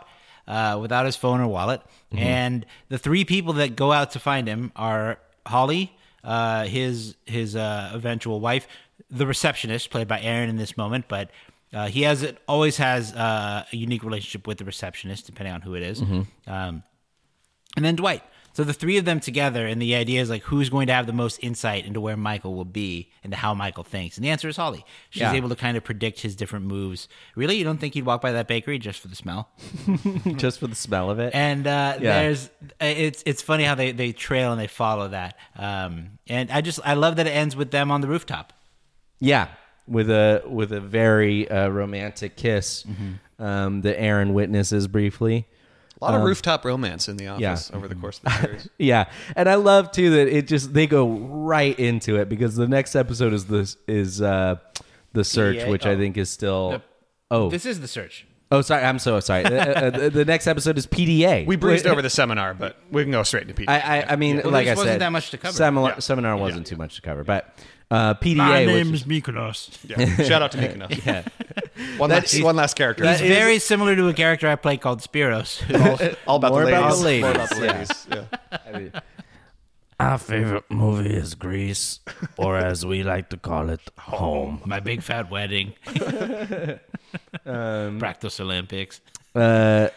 [SPEAKER 2] uh, without his phone or wallet,
[SPEAKER 5] Mm-hmm.
[SPEAKER 2] and the three people that go out to find him are Holly, uh, his his uh, eventual wife, the receptionist played by Aaron in this moment, but. Uh, he has it always has uh, a unique relationship with the receptionist, depending on who it is.
[SPEAKER 5] Mm-hmm.
[SPEAKER 2] Um, and then Dwight. So the three of them together, and the idea is like who's going to have the most insight into where Michael will be and how Michael thinks. And the answer is Holly. She's
[SPEAKER 5] Yeah.
[SPEAKER 2] able to kind of predict his different moves. Really, you don't think he'd walk by that bakery just for the smell?
[SPEAKER 5] just for the smell of it.
[SPEAKER 2] And uh,
[SPEAKER 5] Yeah.
[SPEAKER 2] there's it's it's funny how they they trail and they follow that. Um, and I just I love that it ends with them on the rooftop.
[SPEAKER 5] Yeah, with a with a very uh, romantic kiss
[SPEAKER 2] Mm-hmm.
[SPEAKER 5] um, that Aaron witnesses briefly.
[SPEAKER 3] A
[SPEAKER 5] Um,
[SPEAKER 3] lot of rooftop romance in the office over the course of the series.
[SPEAKER 5] Yeah, and I love too that it just they go right into it because the next episode is this is uh, the search,
[SPEAKER 2] Yeah,
[SPEAKER 5] which I
[SPEAKER 2] oh.
[SPEAKER 5] think is still. Oh,
[SPEAKER 2] This is the search.
[SPEAKER 5] oh, sorry. I'm so sorry. Uh, uh, the, the next episode is PDA.
[SPEAKER 3] we breezed over the seminar, but we can go straight into Pete.
[SPEAKER 5] I, I, I mean,
[SPEAKER 2] Well,
[SPEAKER 5] like
[SPEAKER 2] this
[SPEAKER 5] I
[SPEAKER 2] wasn't
[SPEAKER 5] said,
[SPEAKER 2] that much to cover.
[SPEAKER 5] Seminar,
[SPEAKER 3] Yeah.
[SPEAKER 5] seminar wasn't too much to cover, but uh, PDA. which is-
[SPEAKER 2] Mikonos.
[SPEAKER 3] yeah. Shout out to Mikonos. yeah. One last, one last character.
[SPEAKER 2] It's very similar to a character I play called Spiros.
[SPEAKER 3] all, all about,
[SPEAKER 5] More
[SPEAKER 3] the
[SPEAKER 5] about
[SPEAKER 3] ladies.
[SPEAKER 5] the
[SPEAKER 3] More about the
[SPEAKER 5] ladies,
[SPEAKER 3] ladies. Yeah.
[SPEAKER 10] Our favorite movie is Grease, or as we like to call it, Home.
[SPEAKER 2] My big fat wedding.
[SPEAKER 5] Um,
[SPEAKER 2] Practice Olympics.
[SPEAKER 5] Uh,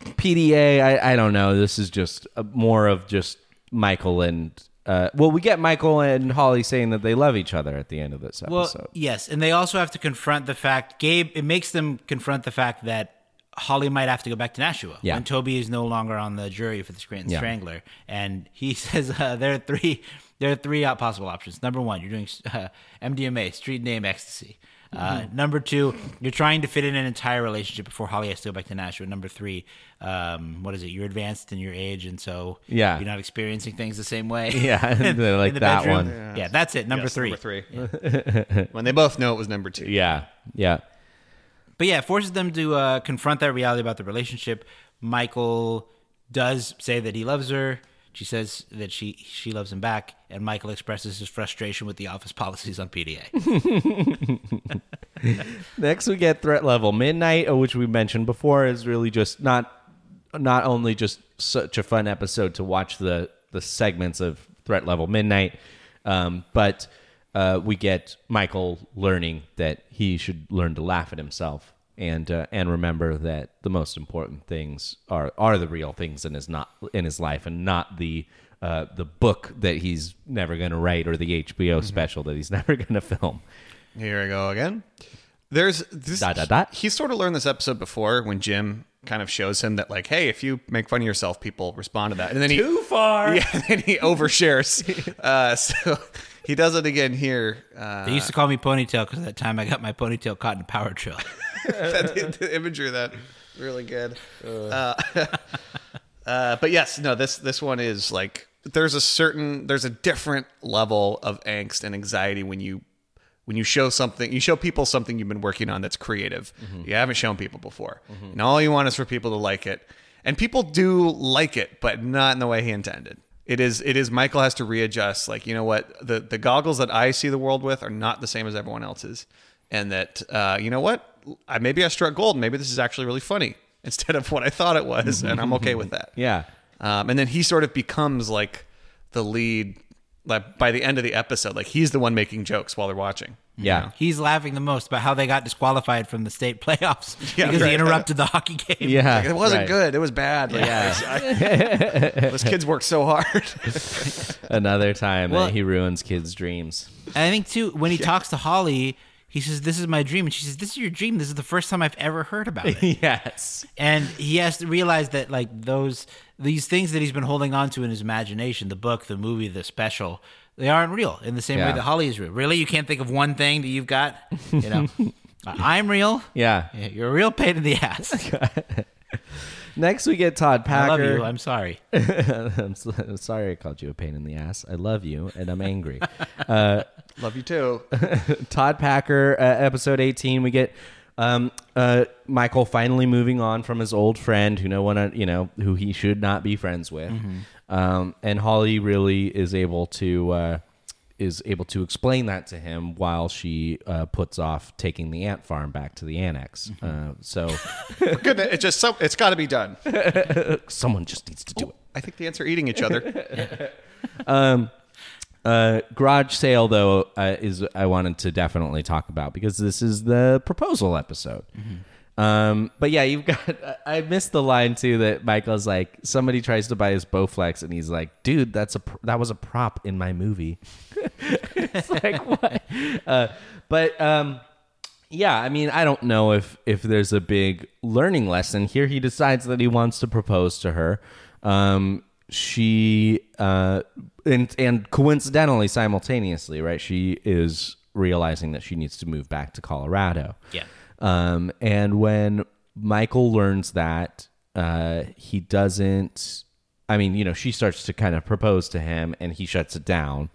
[SPEAKER 5] PDA, I, I don't know. This is just uh more of just Michael and uh, well, we get Michael and Holly saying that they love each other at the end of this
[SPEAKER 2] Well,
[SPEAKER 5] episode.
[SPEAKER 2] yes, and they also have to confront the fact. Gabe, it makes them confront the fact that Holly might have to go back to Nashua
[SPEAKER 5] Yeah.
[SPEAKER 2] when Toby is no longer on the jury for the Scranton
[SPEAKER 5] Yeah.
[SPEAKER 2] Strangler, and he says uh, there are three there are three uh, possible options. Number one, you're doing uh, MDMA, street name ecstasy. Uh,
[SPEAKER 5] Mm-hmm.
[SPEAKER 2] number two, you're trying to fit in an entire relationship before Holly has to go back to Nashua. Number three, um, what is it? You're advanced in your age, and so
[SPEAKER 5] Yeah.
[SPEAKER 2] you're not experiencing things the same way.
[SPEAKER 5] Yeah, they're like that one.
[SPEAKER 2] Yeah. that's it. Number
[SPEAKER 3] Yes,
[SPEAKER 2] three.
[SPEAKER 3] Number three. when they both know it was number two.
[SPEAKER 5] yeah, yeah,
[SPEAKER 2] But yeah, it forces them to uh, confront that reality about the relationship. Michael does say that he loves her. She says that she she loves him back, and Michael expresses his frustration with the office policies on PDA.
[SPEAKER 5] Next, we get threat level midnight, uh, which we mentioned before is really just not not only just such a fun episode to watch the the segments of threat level midnight, um, but uh, we get Michael learning that he should learn to laugh at himself and uh, and remember that the most important things are are the real things in his not in his life and not the uh, the book that he's never going to write or the HBO special that he's never going to film.
[SPEAKER 3] Here we go again. There's this.
[SPEAKER 5] Dot, dot, dot.
[SPEAKER 3] He sort of learned this episode before when Jim kind of shows him that, like, hey, if you make fun of yourself, people respond to that. And then he
[SPEAKER 5] Too far.
[SPEAKER 3] Yeah, and then he overshares. uh, so he does it again here. Uh,
[SPEAKER 2] They used to call me Ponytail because that time I got my ponytail caught in a power drill.
[SPEAKER 3] that, the imagery of that really good. Uh, uh, but yes, no this this one is like there's a certain there's a different level of angst and anxiety when you when you show something you show people something you've been working on that's creative you haven't shown people before and all you want is for people to like it and people do like it but not in the way he intended it is it is michael has to readjust like you know what the the goggles that i see the world with are not the same as everyone else's and that uh, you know what I, maybe i struck gold maybe this is actually really funny instead of what i thought it was and i'm okay with that
[SPEAKER 5] Yeah.
[SPEAKER 3] um, and then he sort of becomes like the lead like by the end of the episode like he's the one making jokes while they're watching
[SPEAKER 5] Yeah.
[SPEAKER 2] He's laughing the most about how they got disqualified from the state playoffs
[SPEAKER 3] Yeah,
[SPEAKER 2] because
[SPEAKER 3] right.
[SPEAKER 2] he interrupted the hockey game.
[SPEAKER 5] Yeah.
[SPEAKER 3] Like, it wasn't
[SPEAKER 5] right.
[SPEAKER 3] good it was bad like, I- those kids work so hard
[SPEAKER 5] Another time
[SPEAKER 2] Well-
[SPEAKER 5] that he ruins kids' dreams.
[SPEAKER 2] And I think too when he talks to Holly, he says, "This is my dream," and she says, "This is your dream. This is the first time I've ever heard about it."
[SPEAKER 5] yes.
[SPEAKER 2] and he has to realize that like those these things that he's been holding on to in his imagination the book the movie the special they aren't real in the same way
[SPEAKER 5] Yeah.
[SPEAKER 2] that holly is real really you can't think of one thing that you've got you know I- i'm real
[SPEAKER 5] Yeah.
[SPEAKER 2] Yeah, you're a real pain in the ass
[SPEAKER 5] Next we get Todd
[SPEAKER 2] i
[SPEAKER 5] Packer.
[SPEAKER 2] love you i'm sorry
[SPEAKER 5] I'm so- I'm sorry I called you a pain in the ass. I love you and I'm angry.
[SPEAKER 3] love you too
[SPEAKER 5] Todd Packer, uh, episode 18, we get um, uh, Michael finally moving on from his old friend who no one, uh, you know, who he should not be friends with. Um, and Holly really is able to uh, is able to explain that to him while she uh, puts off taking the ant farm back to the annex. Uh, so
[SPEAKER 3] goodness it's just so it's got to be done
[SPEAKER 5] someone just needs to do it.
[SPEAKER 3] i think the answer eating each other
[SPEAKER 5] Uh, garage sale though uh, is I wanted to definitely talk about because this is the proposal episode. Um, but yeah, you've got. I I missed the line too that Michael's like somebody tries to buy his Bowflex and he's like, "Dude, that's a pr- that was a prop in my movie." it's like what? Uh, but um, yeah, I mean, I don't know if if there's a big learning lesson here. He decides that he wants to propose to her. Um, she uh, and and coincidentally, simultaneously, right? She is realizing that she needs to move back to Colorado.
[SPEAKER 2] Yeah.
[SPEAKER 5] Um, and when Michael learns that, uh, he doesn't. I mean, you know, she starts to kind of propose to him, and he shuts it down,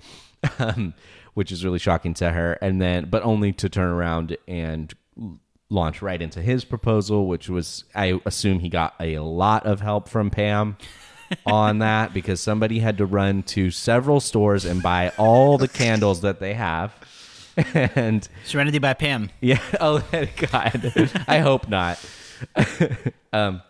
[SPEAKER 5] um, which is really shocking to her. And then, but only to turn around and l- launch right into his proposal, which was, I assume, he got a lot of help from Pam. on that because somebody had to run to several stores and buy all the candles that they have and
[SPEAKER 2] serenity by pam
[SPEAKER 5] yeah. Oh, thank God. I hope not. um,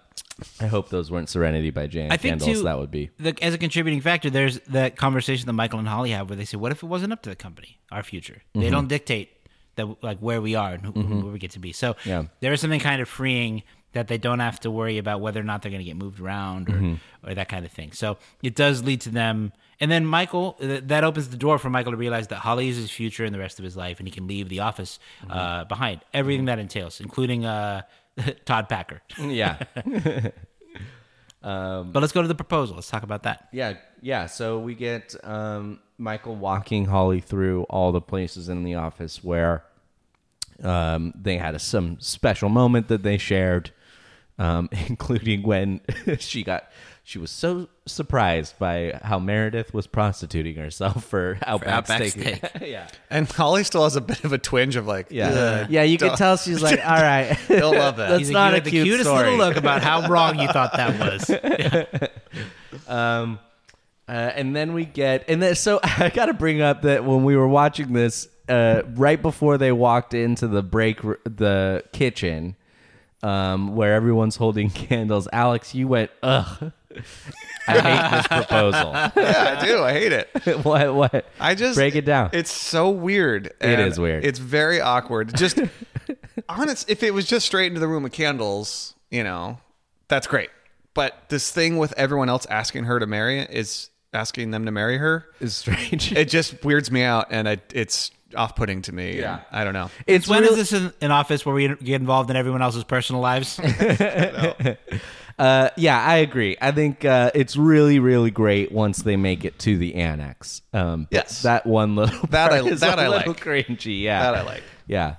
[SPEAKER 5] I hope those weren't Serenity by Jan
[SPEAKER 2] I think
[SPEAKER 5] Candles.
[SPEAKER 2] too,
[SPEAKER 5] that would be.
[SPEAKER 2] the, as a contributing factor. There's that conversation that Michael and Holly have where they say, "What if it wasn't up to the company, our future?
[SPEAKER 5] Mm-hmm.
[SPEAKER 2] They don't dictate that like where we are and who, where we get to be." So
[SPEAKER 5] Yeah.
[SPEAKER 2] there is something kind of freeing that they don't have to worry about whether or not they're going to get moved around or,
[SPEAKER 5] Mm-hmm.
[SPEAKER 2] or that kind of thing. So it does lead to them. And then Michael, th- that opens the door for Michael to realize that Holly is his future and the rest of his life, and he can leave the office
[SPEAKER 5] Mm-hmm.
[SPEAKER 2] uh, behind. Everything that entails, including uh, Todd Packer.
[SPEAKER 5] Yeah.
[SPEAKER 2] But let's go to the proposal. Let's talk about that.
[SPEAKER 5] Yeah. Yeah. So we get um, Michael walking Holly through all the places in the office where um, they had a, some special moment that they shared, um, including when she got. She was so surprised by how Meredith was prostituting herself for Outback,
[SPEAKER 2] Outback
[SPEAKER 5] steak.
[SPEAKER 2] steak.
[SPEAKER 5] yeah.
[SPEAKER 3] and holly still has a bit of a twinge of like
[SPEAKER 5] Yeah.
[SPEAKER 3] "Ugh,
[SPEAKER 5] yeah, you can
[SPEAKER 3] don't-
[SPEAKER 5] tell she's like, all right.
[SPEAKER 3] don't love that
[SPEAKER 5] That's
[SPEAKER 2] He's you
[SPEAKER 5] not a
[SPEAKER 2] had the
[SPEAKER 5] cute
[SPEAKER 2] cutest
[SPEAKER 5] story.
[SPEAKER 2] little look about how wrong you thought that was.
[SPEAKER 5] Uh, and then we get, and then, so I got to bring up that when we were watching this, uh, right before they walked into the break, r- the kitchen, um, where everyone's holding candles, Alex, you went, ugh. I hate this proposal.
[SPEAKER 3] yeah i do i hate it
[SPEAKER 5] what? What?
[SPEAKER 3] I just
[SPEAKER 5] break it down.
[SPEAKER 3] It's so weird. and
[SPEAKER 5] is weird.
[SPEAKER 3] It's very awkward. Just honest, if it was just straight into the room with candles, you know, that's great. But this thing with everyone else asking her to marry is asking them to marry her
[SPEAKER 5] is strange.
[SPEAKER 3] It just weirds me out, and I, it's off-putting to me.
[SPEAKER 5] Yeah.
[SPEAKER 3] I don't know.
[SPEAKER 2] It's when is
[SPEAKER 5] real-
[SPEAKER 2] this in an office where we get involved in everyone else's personal lives?
[SPEAKER 5] Uh, yeah, I agree. I think uh, it's really, really great once they make it to the annex. Um, but
[SPEAKER 3] Yes.
[SPEAKER 5] that one little
[SPEAKER 3] That I-
[SPEAKER 5] part is
[SPEAKER 3] that
[SPEAKER 5] a
[SPEAKER 3] I
[SPEAKER 5] little
[SPEAKER 3] like.
[SPEAKER 5] cringy. Yeah,
[SPEAKER 3] That I like.
[SPEAKER 5] Yeah,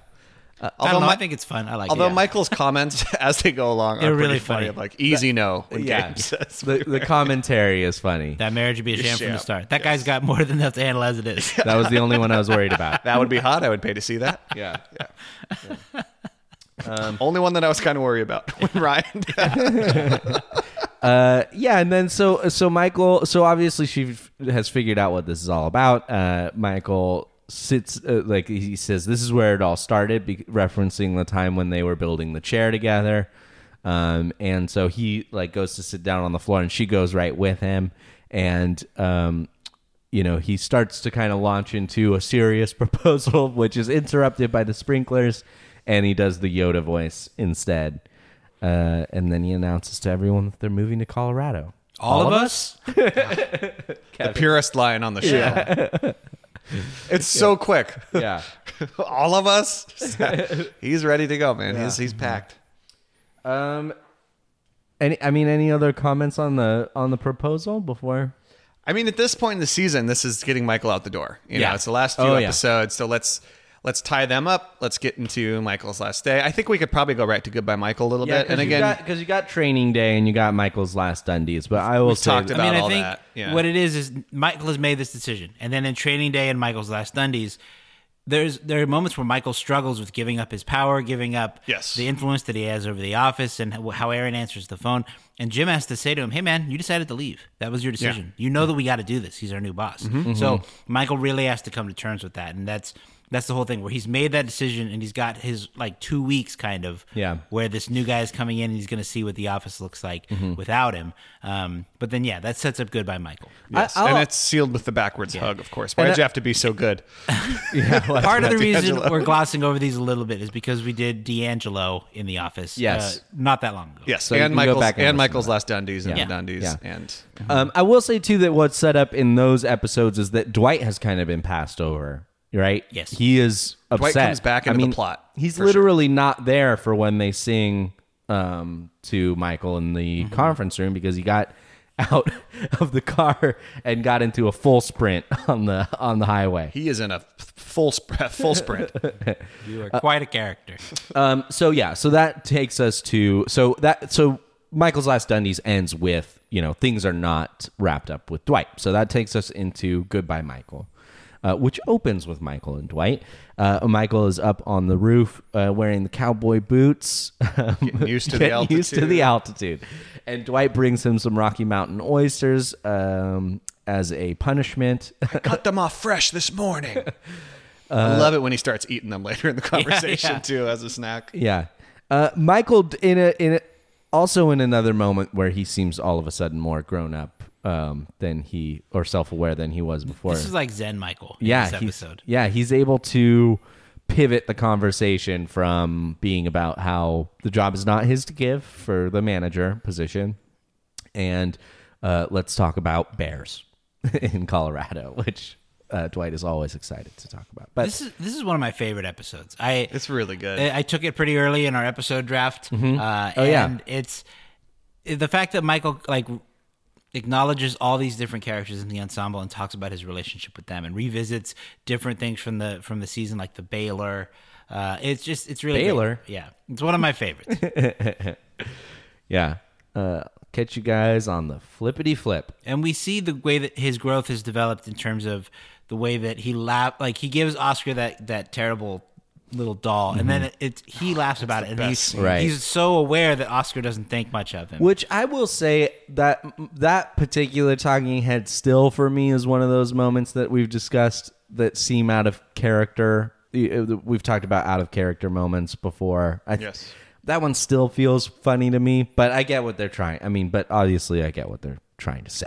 [SPEAKER 2] I don't know.
[SPEAKER 3] Mi-
[SPEAKER 2] I think it's fun. I like
[SPEAKER 3] although
[SPEAKER 2] it. yeah.
[SPEAKER 3] Michael's comments as they go along are
[SPEAKER 2] They're
[SPEAKER 3] really
[SPEAKER 2] really
[SPEAKER 3] funny.
[SPEAKER 2] funny.
[SPEAKER 3] Of like easy no. When
[SPEAKER 5] yeah.
[SPEAKER 3] Gabe says
[SPEAKER 5] the, the commentary is funny.
[SPEAKER 2] that marriage would be a sham from
[SPEAKER 3] sham.
[SPEAKER 2] the start. That guy's got more than enough to handle as it is.
[SPEAKER 5] That was the only one I was worried about.
[SPEAKER 3] that would be hot. I would pay to see that.
[SPEAKER 5] Yeah. Um,
[SPEAKER 3] Only one that I was kind of worried about when Ryan.
[SPEAKER 5] Uh, yeah, and then so so Michael, so obviously she f- has figured out what this is all about. Uh, Michael sits uh, like he says, "This is where it all started," be- referencing the time when they were building the chair together. Um, and so he like goes to sit down on the floor, and she goes right with him, and um, you know, he starts to kind of launch into a serious proposal, which is interrupted by the sprinklers, and he does the Yoda voice instead. Uh, and then he announces to everyone that they're moving to Colorado.
[SPEAKER 2] All, of us?
[SPEAKER 3] the purest line on the show. It's so quick.
[SPEAKER 5] Yeah.
[SPEAKER 3] All of us. he's ready to go, man. He's he's
[SPEAKER 5] Mm-hmm.
[SPEAKER 3] packed.
[SPEAKER 5] Um, Any, I mean, any other comments on the on the proposal before?
[SPEAKER 3] I mean, at this point in the season, this is getting Michael out the door. You know,
[SPEAKER 5] Yeah.
[SPEAKER 3] it's the last few
[SPEAKER 5] Oh, yeah.
[SPEAKER 3] episodes, so let's let's tie them up. Let's get into Michael's last day. I think we could probably go right to goodbye, Michael, a little bit. And again,
[SPEAKER 5] because you got Training Day and you got Michael's Last Dundies, but I will say,
[SPEAKER 3] talked
[SPEAKER 2] I mean,
[SPEAKER 3] About
[SPEAKER 2] I
[SPEAKER 3] all
[SPEAKER 2] think
[SPEAKER 3] that, yeah.
[SPEAKER 2] what it is is Michael has made this decision, and then in Training Day and Michael's Last Dundies, there's there are moments where Michael struggles with giving up his power, giving up
[SPEAKER 3] Yes.
[SPEAKER 2] the influence that he has over the office, and how- how Aaron answers the phone. And Jim has to say to him, "Hey, man, you decided to leave. That was your decision. You know that we got to do this. He's our new boss."
[SPEAKER 3] Mm-hmm.
[SPEAKER 2] So Michael really has to come to terms with that, and that's. That's the whole thing where he's made that decision and he's got his like two weeks kind of
[SPEAKER 5] Yeah.
[SPEAKER 2] where this new guy is coming in and he's going to see what the office looks like
[SPEAKER 5] Mm-hmm.
[SPEAKER 2] without him. Um, but then, yeah, that sets up good by Michael.
[SPEAKER 3] yes.
[SPEAKER 5] I'll-
[SPEAKER 3] and it's sealed with the backwards hug, of course. Why did you have to be so good?
[SPEAKER 2] Part of the reason we're glossing over these a little bit is because we did D'Angelo in the office.
[SPEAKER 5] Yes.
[SPEAKER 2] uh, not that long ago.
[SPEAKER 3] Yes,
[SPEAKER 5] So you can
[SPEAKER 3] and
[SPEAKER 5] go
[SPEAKER 3] Michael's
[SPEAKER 5] back
[SPEAKER 3] and,
[SPEAKER 5] and listen to
[SPEAKER 3] Michael's
[SPEAKER 5] that.
[SPEAKER 3] last Dundies and
[SPEAKER 5] Yeah.
[SPEAKER 3] the Dundies
[SPEAKER 5] Yeah.
[SPEAKER 3] and
[SPEAKER 5] um, I will say too that what's set up in those episodes is that Dwight has kind of been passed over, right?
[SPEAKER 2] Yes.
[SPEAKER 5] he is upset.
[SPEAKER 3] comes back into
[SPEAKER 5] I
[SPEAKER 3] the
[SPEAKER 5] mean,
[SPEAKER 3] plot,
[SPEAKER 5] He's
[SPEAKER 3] for sure.
[SPEAKER 5] literally not there for when they sing um, to Michael in the conference room because he got out of the car and got into a full sprint on the on the highway.
[SPEAKER 3] he is in a f- full sp- full sprint.
[SPEAKER 2] you
[SPEAKER 5] Uh,
[SPEAKER 2] are quite a character.
[SPEAKER 5] Um, so yeah, so that takes us to so that so Michael's last Dundies ends with you know things are not wrapped up with Dwight. So that takes us into Goodbye Michael, uh, which opens with Michael and Dwight. Uh, Michael is up on the roof uh, wearing the cowboy boots,
[SPEAKER 3] Getting used to the
[SPEAKER 5] getting
[SPEAKER 3] altitude.
[SPEAKER 5] used to the altitude, and Dwight brings him some Rocky Mountain oysters um, as a punishment.
[SPEAKER 3] Cut them off fresh this morning.
[SPEAKER 5] Uh,
[SPEAKER 3] I love it when he starts eating them later in the conversation
[SPEAKER 2] yeah.
[SPEAKER 3] too as a snack.
[SPEAKER 5] Yeah. Uh, Michael d- in a in a, also in another moment where he seems all of a sudden more grown up um, than he or self aware than he was before.
[SPEAKER 2] This is like Zen Michael in
[SPEAKER 5] yeah,
[SPEAKER 2] this
[SPEAKER 5] he's-
[SPEAKER 2] episode.
[SPEAKER 5] yeah, he's able to pivot the conversation from being about how the job is not his to give for the manager position, and uh, let's talk about bears in Colorado, which uh, Dwight is always excited to talk about. But
[SPEAKER 2] This is this is one of my favorite episodes. I
[SPEAKER 3] It's really good.
[SPEAKER 2] I, I took it pretty early in our episode draft. Uh,
[SPEAKER 5] Oh, yeah.
[SPEAKER 2] and it's the fact that Michael like acknowledges all these different characters in the ensemble and talks about his relationship with them and revisits different things from the from the season, like the Baylor. Uh, it's just it's really great.
[SPEAKER 5] Baylor?
[SPEAKER 2] Yeah, it's one of my favorites.
[SPEAKER 5] yeah, uh, catch you guys on the flippity flip.
[SPEAKER 2] and we see the way that his growth has developed in terms of the way that he laugh like he gives Oscar that that terrible little doll and then it, it's he laughs about it and he's
[SPEAKER 5] Mm-hmm. Right.
[SPEAKER 2] he's so aware that Oscar doesn't think much of him.
[SPEAKER 5] Which I will say that that particular talking head still for me is one of those moments that we've discussed that seem out of character. uh, We've talked about out of character moments before. I,
[SPEAKER 3] Yes.
[SPEAKER 5] That one still feels funny to me, but I get what they're trying. I mean, but obviously I get what they're trying to say.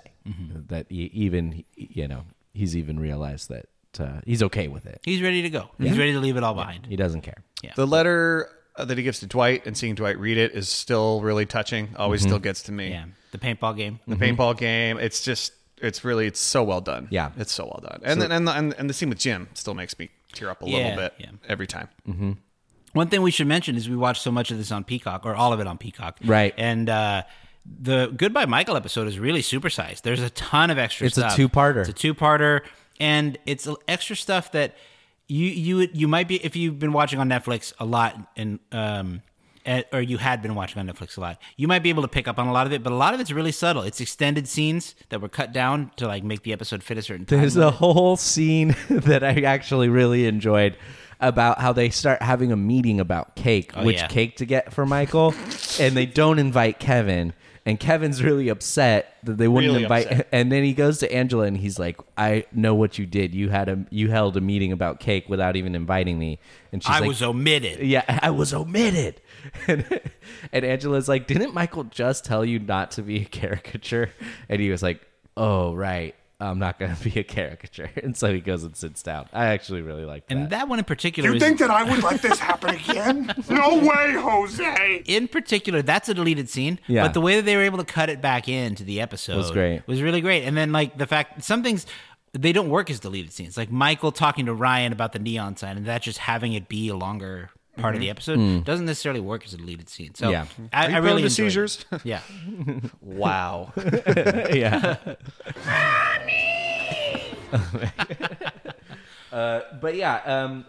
[SPEAKER 5] That e even, you know, he's even realized that uh, he's okay with it.
[SPEAKER 2] He's ready to go. He's ready to leave it all behind.
[SPEAKER 5] He doesn't care. Yeah.
[SPEAKER 3] The letter uh, that he gives to Dwight and seeing Dwight read it is still really touching. Always
[SPEAKER 5] Mm-hmm.
[SPEAKER 2] Mhm.
[SPEAKER 3] still gets to me.
[SPEAKER 2] Yeah. The paintball game.
[SPEAKER 5] Mm.
[SPEAKER 3] The paintball game. It's just it's really it's so well done.
[SPEAKER 5] Yeah.
[SPEAKER 3] It's so well done. And
[SPEAKER 5] So-
[SPEAKER 3] then and the, and, and the scene with Jim still makes me tear up a
[SPEAKER 2] Yeah,
[SPEAKER 3] little bit
[SPEAKER 2] yeah.
[SPEAKER 3] every time.
[SPEAKER 5] Mm-hmm.
[SPEAKER 2] One thing we should mention is we watched so much of this on Peacock, or all of it on Peacock.
[SPEAKER 5] Right.
[SPEAKER 2] And uh, the Goodbye Michael episode is really supersized. There's a ton of extra
[SPEAKER 5] It's a
[SPEAKER 2] stuff.
[SPEAKER 5] two-parter.
[SPEAKER 2] It's a two parter. And it's extra stuff that you you would- you might be, if you've been watching on Netflix a lot and, um, at, or you had been watching on Netflix a lot, you might be able to pick up on a lot of it, but a lot of it's really subtle. It's extended scenes that were cut down to like make the episode fit a certain time.
[SPEAKER 5] There's a whole scene that I actually really enjoyed about how they start having a meeting about cake,
[SPEAKER 2] Oh,
[SPEAKER 5] which
[SPEAKER 2] yeah.
[SPEAKER 5] cake to get for Michael, and they don't invite Kevin. And Kevin's really upset that they wouldn't
[SPEAKER 3] Really
[SPEAKER 5] invite.
[SPEAKER 3] upset.
[SPEAKER 5] And then he goes to Angela and he's like, "I know what you did. You had a you held a meeting about cake without even inviting me." And she's
[SPEAKER 2] I
[SPEAKER 5] like,
[SPEAKER 2] was omitted.
[SPEAKER 5] yeah, I was omitted. And, and Angela's like, didn't Michael just tell you not to be a caricature? And he was like, oh, right. I'm not going to be a caricature. And so he goes and sits down. I actually really like that.
[SPEAKER 2] And that one in particular.
[SPEAKER 11] You
[SPEAKER 2] is-
[SPEAKER 11] think that I would let this happen again? No way, Jose.
[SPEAKER 2] in particular, that's a deleted scene.
[SPEAKER 5] Yeah.
[SPEAKER 2] But the way that they were able to cut it back into the episode
[SPEAKER 5] Was great.
[SPEAKER 2] Was really great. And then like the fact some things they don't work as deleted scenes. Like Michael talking to Ryan about the neon sign and that just having it be a longer part of the
[SPEAKER 3] Mhm.
[SPEAKER 2] episode
[SPEAKER 5] Mm.
[SPEAKER 2] doesn't necessarily work as a deleted scene. So
[SPEAKER 5] Yeah.
[SPEAKER 2] I,
[SPEAKER 3] Are you
[SPEAKER 2] I
[SPEAKER 3] prone
[SPEAKER 2] really
[SPEAKER 3] to
[SPEAKER 2] enjoyed
[SPEAKER 3] seizures?
[SPEAKER 2] It. Yeah.
[SPEAKER 3] Wow.
[SPEAKER 5] yeah. uh, but yeah, um,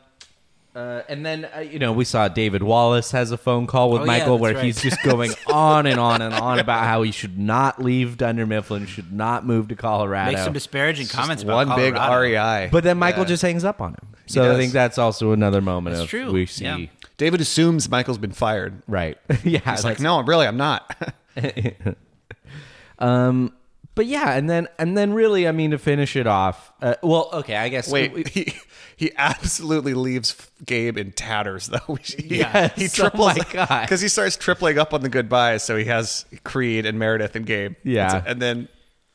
[SPEAKER 5] uh, and then uh, you know we saw David Wallace has a phone call with
[SPEAKER 2] Oh, yeah,
[SPEAKER 5] Michael
[SPEAKER 2] that's
[SPEAKER 5] where
[SPEAKER 2] right.
[SPEAKER 5] he's just going on and on and on about how he should not leave Dunder Mifflin, should not move to Colorado.
[SPEAKER 2] Make some disparaging comments about
[SPEAKER 3] one big
[SPEAKER 2] Colorado.
[SPEAKER 3] REI.
[SPEAKER 5] But then Michael
[SPEAKER 3] Yeah.
[SPEAKER 5] just hangs up on him.
[SPEAKER 3] He
[SPEAKER 5] So I
[SPEAKER 3] does.
[SPEAKER 5] think that's also another moment
[SPEAKER 2] That's
[SPEAKER 5] of
[SPEAKER 2] true.
[SPEAKER 5] we see
[SPEAKER 2] Yeah.
[SPEAKER 3] David assumes Michael's been fired.
[SPEAKER 5] right. yeah,
[SPEAKER 3] He's like,
[SPEAKER 5] that's-
[SPEAKER 3] no, really, I'm not.
[SPEAKER 5] um, but yeah, and then and then really, I mean, to finish it off. Uh, well, okay, I guess
[SPEAKER 3] Wait, he, he absolutely leaves Gabe in tatters though. he,
[SPEAKER 5] Yes.
[SPEAKER 3] he
[SPEAKER 5] Oh,
[SPEAKER 3] triples
[SPEAKER 5] my God.
[SPEAKER 3] because he starts tripling up on the goodbyes. So he has Creed and Meredith and Gabe.
[SPEAKER 5] Yeah.
[SPEAKER 3] and, then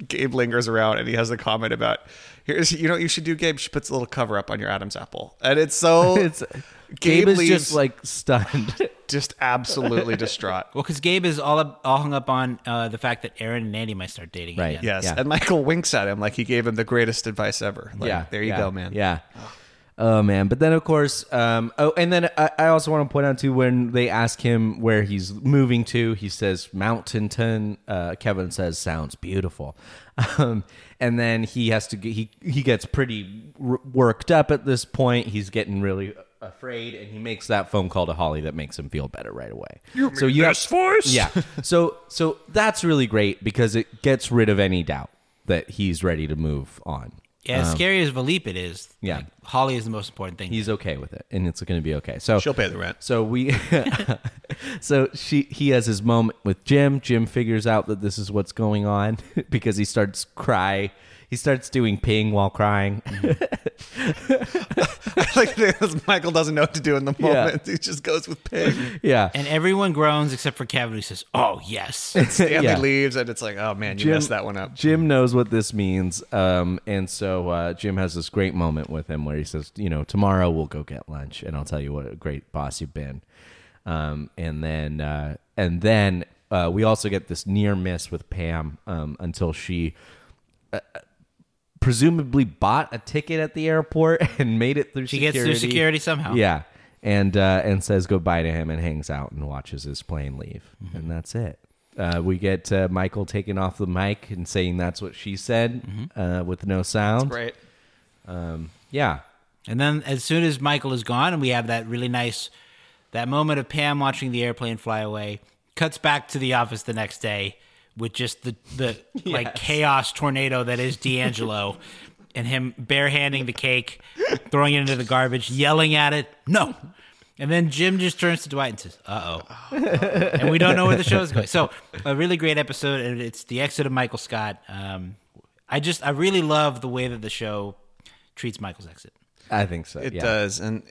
[SPEAKER 3] Gabe lingers around and he has the comment about here's you know what you should do, Gabe. She puts a little cover up on your Adam's apple, and it's so
[SPEAKER 5] It's- Gabe is just, like, stunned,
[SPEAKER 3] just absolutely distraught.
[SPEAKER 2] Well, because Gabe is all up, all hung up on uh, the fact that Aaron and Andy might start dating
[SPEAKER 5] Right.
[SPEAKER 2] again.
[SPEAKER 3] Yes, and Michael winks at him like he gave him the greatest advice ever. Like, there you
[SPEAKER 5] yeah,
[SPEAKER 3] go, man.
[SPEAKER 5] Yeah. Oh man, but then of course, um, oh, and then I, I also want to point out too when they ask him where he's moving to, he says Mountainton. Uh, Kevin says sounds beautiful, um, and then he has to get, he he gets pretty r- worked up at this point. He's getting really afraid, and he makes that phone call to Holly that makes him feel better right away.
[SPEAKER 10] You mean this voice?
[SPEAKER 5] yeah. So so that's really great because it gets rid of any doubt that he's ready to move on.
[SPEAKER 2] Yeah, as
[SPEAKER 5] Um,
[SPEAKER 2] scary as Valip it is,
[SPEAKER 5] yeah.
[SPEAKER 2] Holly is the most important thing.
[SPEAKER 5] He's okay with it, and it's going to be okay. So
[SPEAKER 3] She'll pay the rent.
[SPEAKER 5] So we, so she, he has his moment with Jim. Jim figures out that this is what's going on because he starts cry. He starts doing ping while crying.
[SPEAKER 3] like Michael doesn't know what to do in the
[SPEAKER 5] Yeah.
[SPEAKER 3] moment. He just goes with pig.
[SPEAKER 5] yeah,
[SPEAKER 2] And everyone groans except for Kevin, who says, "Oh yes."
[SPEAKER 3] And Stanley
[SPEAKER 5] Yeah.
[SPEAKER 3] leaves, and it's like, oh man, you messed that one up.
[SPEAKER 5] Jim knows what this means, um, and so uh, Jim has this great moment with him where he says, "You know, tomorrow we'll go get lunch, and I'll tell you what a great boss you've been." Um, and then, uh, and then uh, we also get this near miss with Pam um, until she uh, presumably bought a ticket at the airport and made it through
[SPEAKER 2] She
[SPEAKER 5] security.
[SPEAKER 2] gets through security somehow.
[SPEAKER 5] Yeah. And uh, and says goodbye to him and hangs out and watches his plane leave. And that's it. Uh, we get uh, Michael taking off the mic and saying that's what she said uh, with no sound.
[SPEAKER 3] Right.
[SPEAKER 5] Um, yeah.
[SPEAKER 2] And then as soon as Michael is gone, and we have that really nice that moment of Pam watching the airplane fly away, cuts back to the office the next day with just the the like chaos tornado that is D'Angelo. And him barehanding the cake, throwing it into the garbage, yelling at it, no. And then Jim just turns to Dwight and says, uh oh. and we don't know where the show is going. So, a really great episode, and it's the exit of Michael Scott. Um, I just, I really love the way that the show treats Michael's exit.
[SPEAKER 5] I think so.
[SPEAKER 3] It uh,
[SPEAKER 5] yeah.
[SPEAKER 3] does, and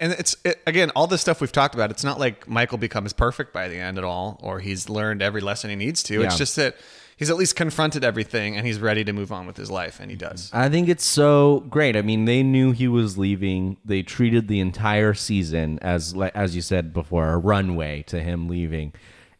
[SPEAKER 3] and it's it, again all this stuff we've talked about. It's not like Michael becomes perfect by the end at all, or he's learned every lesson he needs to.
[SPEAKER 5] Yeah.
[SPEAKER 3] It's just that he's at least confronted everything and he's ready to move on with his life,
[SPEAKER 5] Mm-hmm.
[SPEAKER 3] and he does.
[SPEAKER 5] I think it's so great. I mean, they knew he was leaving. They treated the entire season as, like as you said before, a runway to him leaving,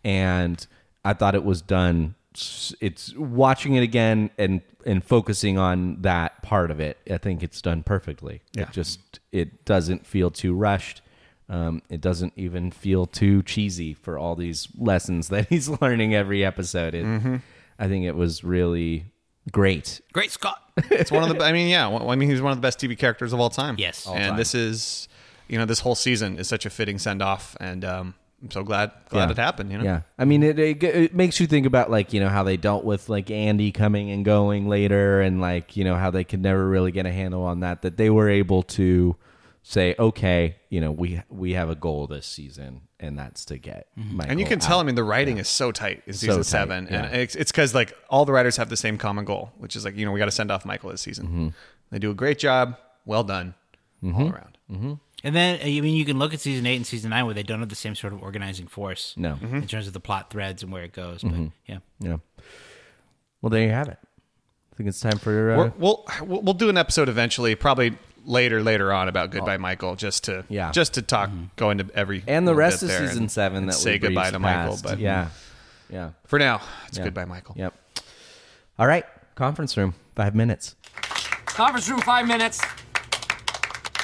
[SPEAKER 5] and I thought it was done. s- It's watching it again and and focusing on that part of it. I think it's done perfectly.
[SPEAKER 3] Yeah.
[SPEAKER 5] It just it doesn't feel too rushed. Um, it doesn't even feel too cheesy for all these lessons that he's learning every episode. It,
[SPEAKER 3] Mhm.
[SPEAKER 5] I think it was really great.
[SPEAKER 2] Great Scott.
[SPEAKER 3] It's one of the. I mean, yeah. well, I mean, he's one of the best TV characters of all time.
[SPEAKER 2] Yes. All
[SPEAKER 3] and
[SPEAKER 2] time.
[SPEAKER 3] this is, you know, this whole season is such a fitting send off, and um, I'm so glad glad
[SPEAKER 5] Yeah.
[SPEAKER 3] it happened. You know.
[SPEAKER 5] Yeah, I mean, it, it it makes you think about like you know how they dealt with like Andy coming and going later, and like you know how they could never really get a handle on that. That they were able to say, okay, you know, we we have a goal this season, and that's to get Michael.
[SPEAKER 3] Mm-hmm. and you can
[SPEAKER 5] out.
[SPEAKER 3] tell. I mean, the writing is so tight in
[SPEAKER 5] So
[SPEAKER 3] season
[SPEAKER 5] tight,
[SPEAKER 3] seven, and
[SPEAKER 5] yeah.
[SPEAKER 3] it's it's because like all the writers have the same common goal, which is like you know we got to send off Michael this season. They do a great job. Well done. All around.
[SPEAKER 5] Mm-hmm. Mm-hmm.
[SPEAKER 2] And then, I mean, you can look at season eight and season nine where they don't have the same sort of organizing force.
[SPEAKER 5] No.
[SPEAKER 2] In terms of the plot threads and where it goes. But
[SPEAKER 5] Mhm.
[SPEAKER 2] yeah.
[SPEAKER 5] yeah. Well, there you have it. I think it's time for uh,
[SPEAKER 3] We're, we'll we'll we'll do an episode eventually, probably later later on about Goodbye Michael, just to
[SPEAKER 5] Oh. Yeah. Mm-hmm.
[SPEAKER 3] just to talk go into every
[SPEAKER 5] and the
[SPEAKER 3] little
[SPEAKER 5] rest
[SPEAKER 3] bit
[SPEAKER 5] of
[SPEAKER 3] there
[SPEAKER 5] season
[SPEAKER 3] and-
[SPEAKER 5] seven
[SPEAKER 3] and
[SPEAKER 5] that
[SPEAKER 3] say
[SPEAKER 5] we
[SPEAKER 3] goodbye
[SPEAKER 5] breezed
[SPEAKER 3] to Michael,
[SPEAKER 5] past.
[SPEAKER 3] but
[SPEAKER 5] yeah, yeah.
[SPEAKER 3] for now it's
[SPEAKER 5] Yeah.
[SPEAKER 3] goodbye Michael.
[SPEAKER 5] Yep. All right, conference room, five minutes.
[SPEAKER 6] Conference room, five minutes.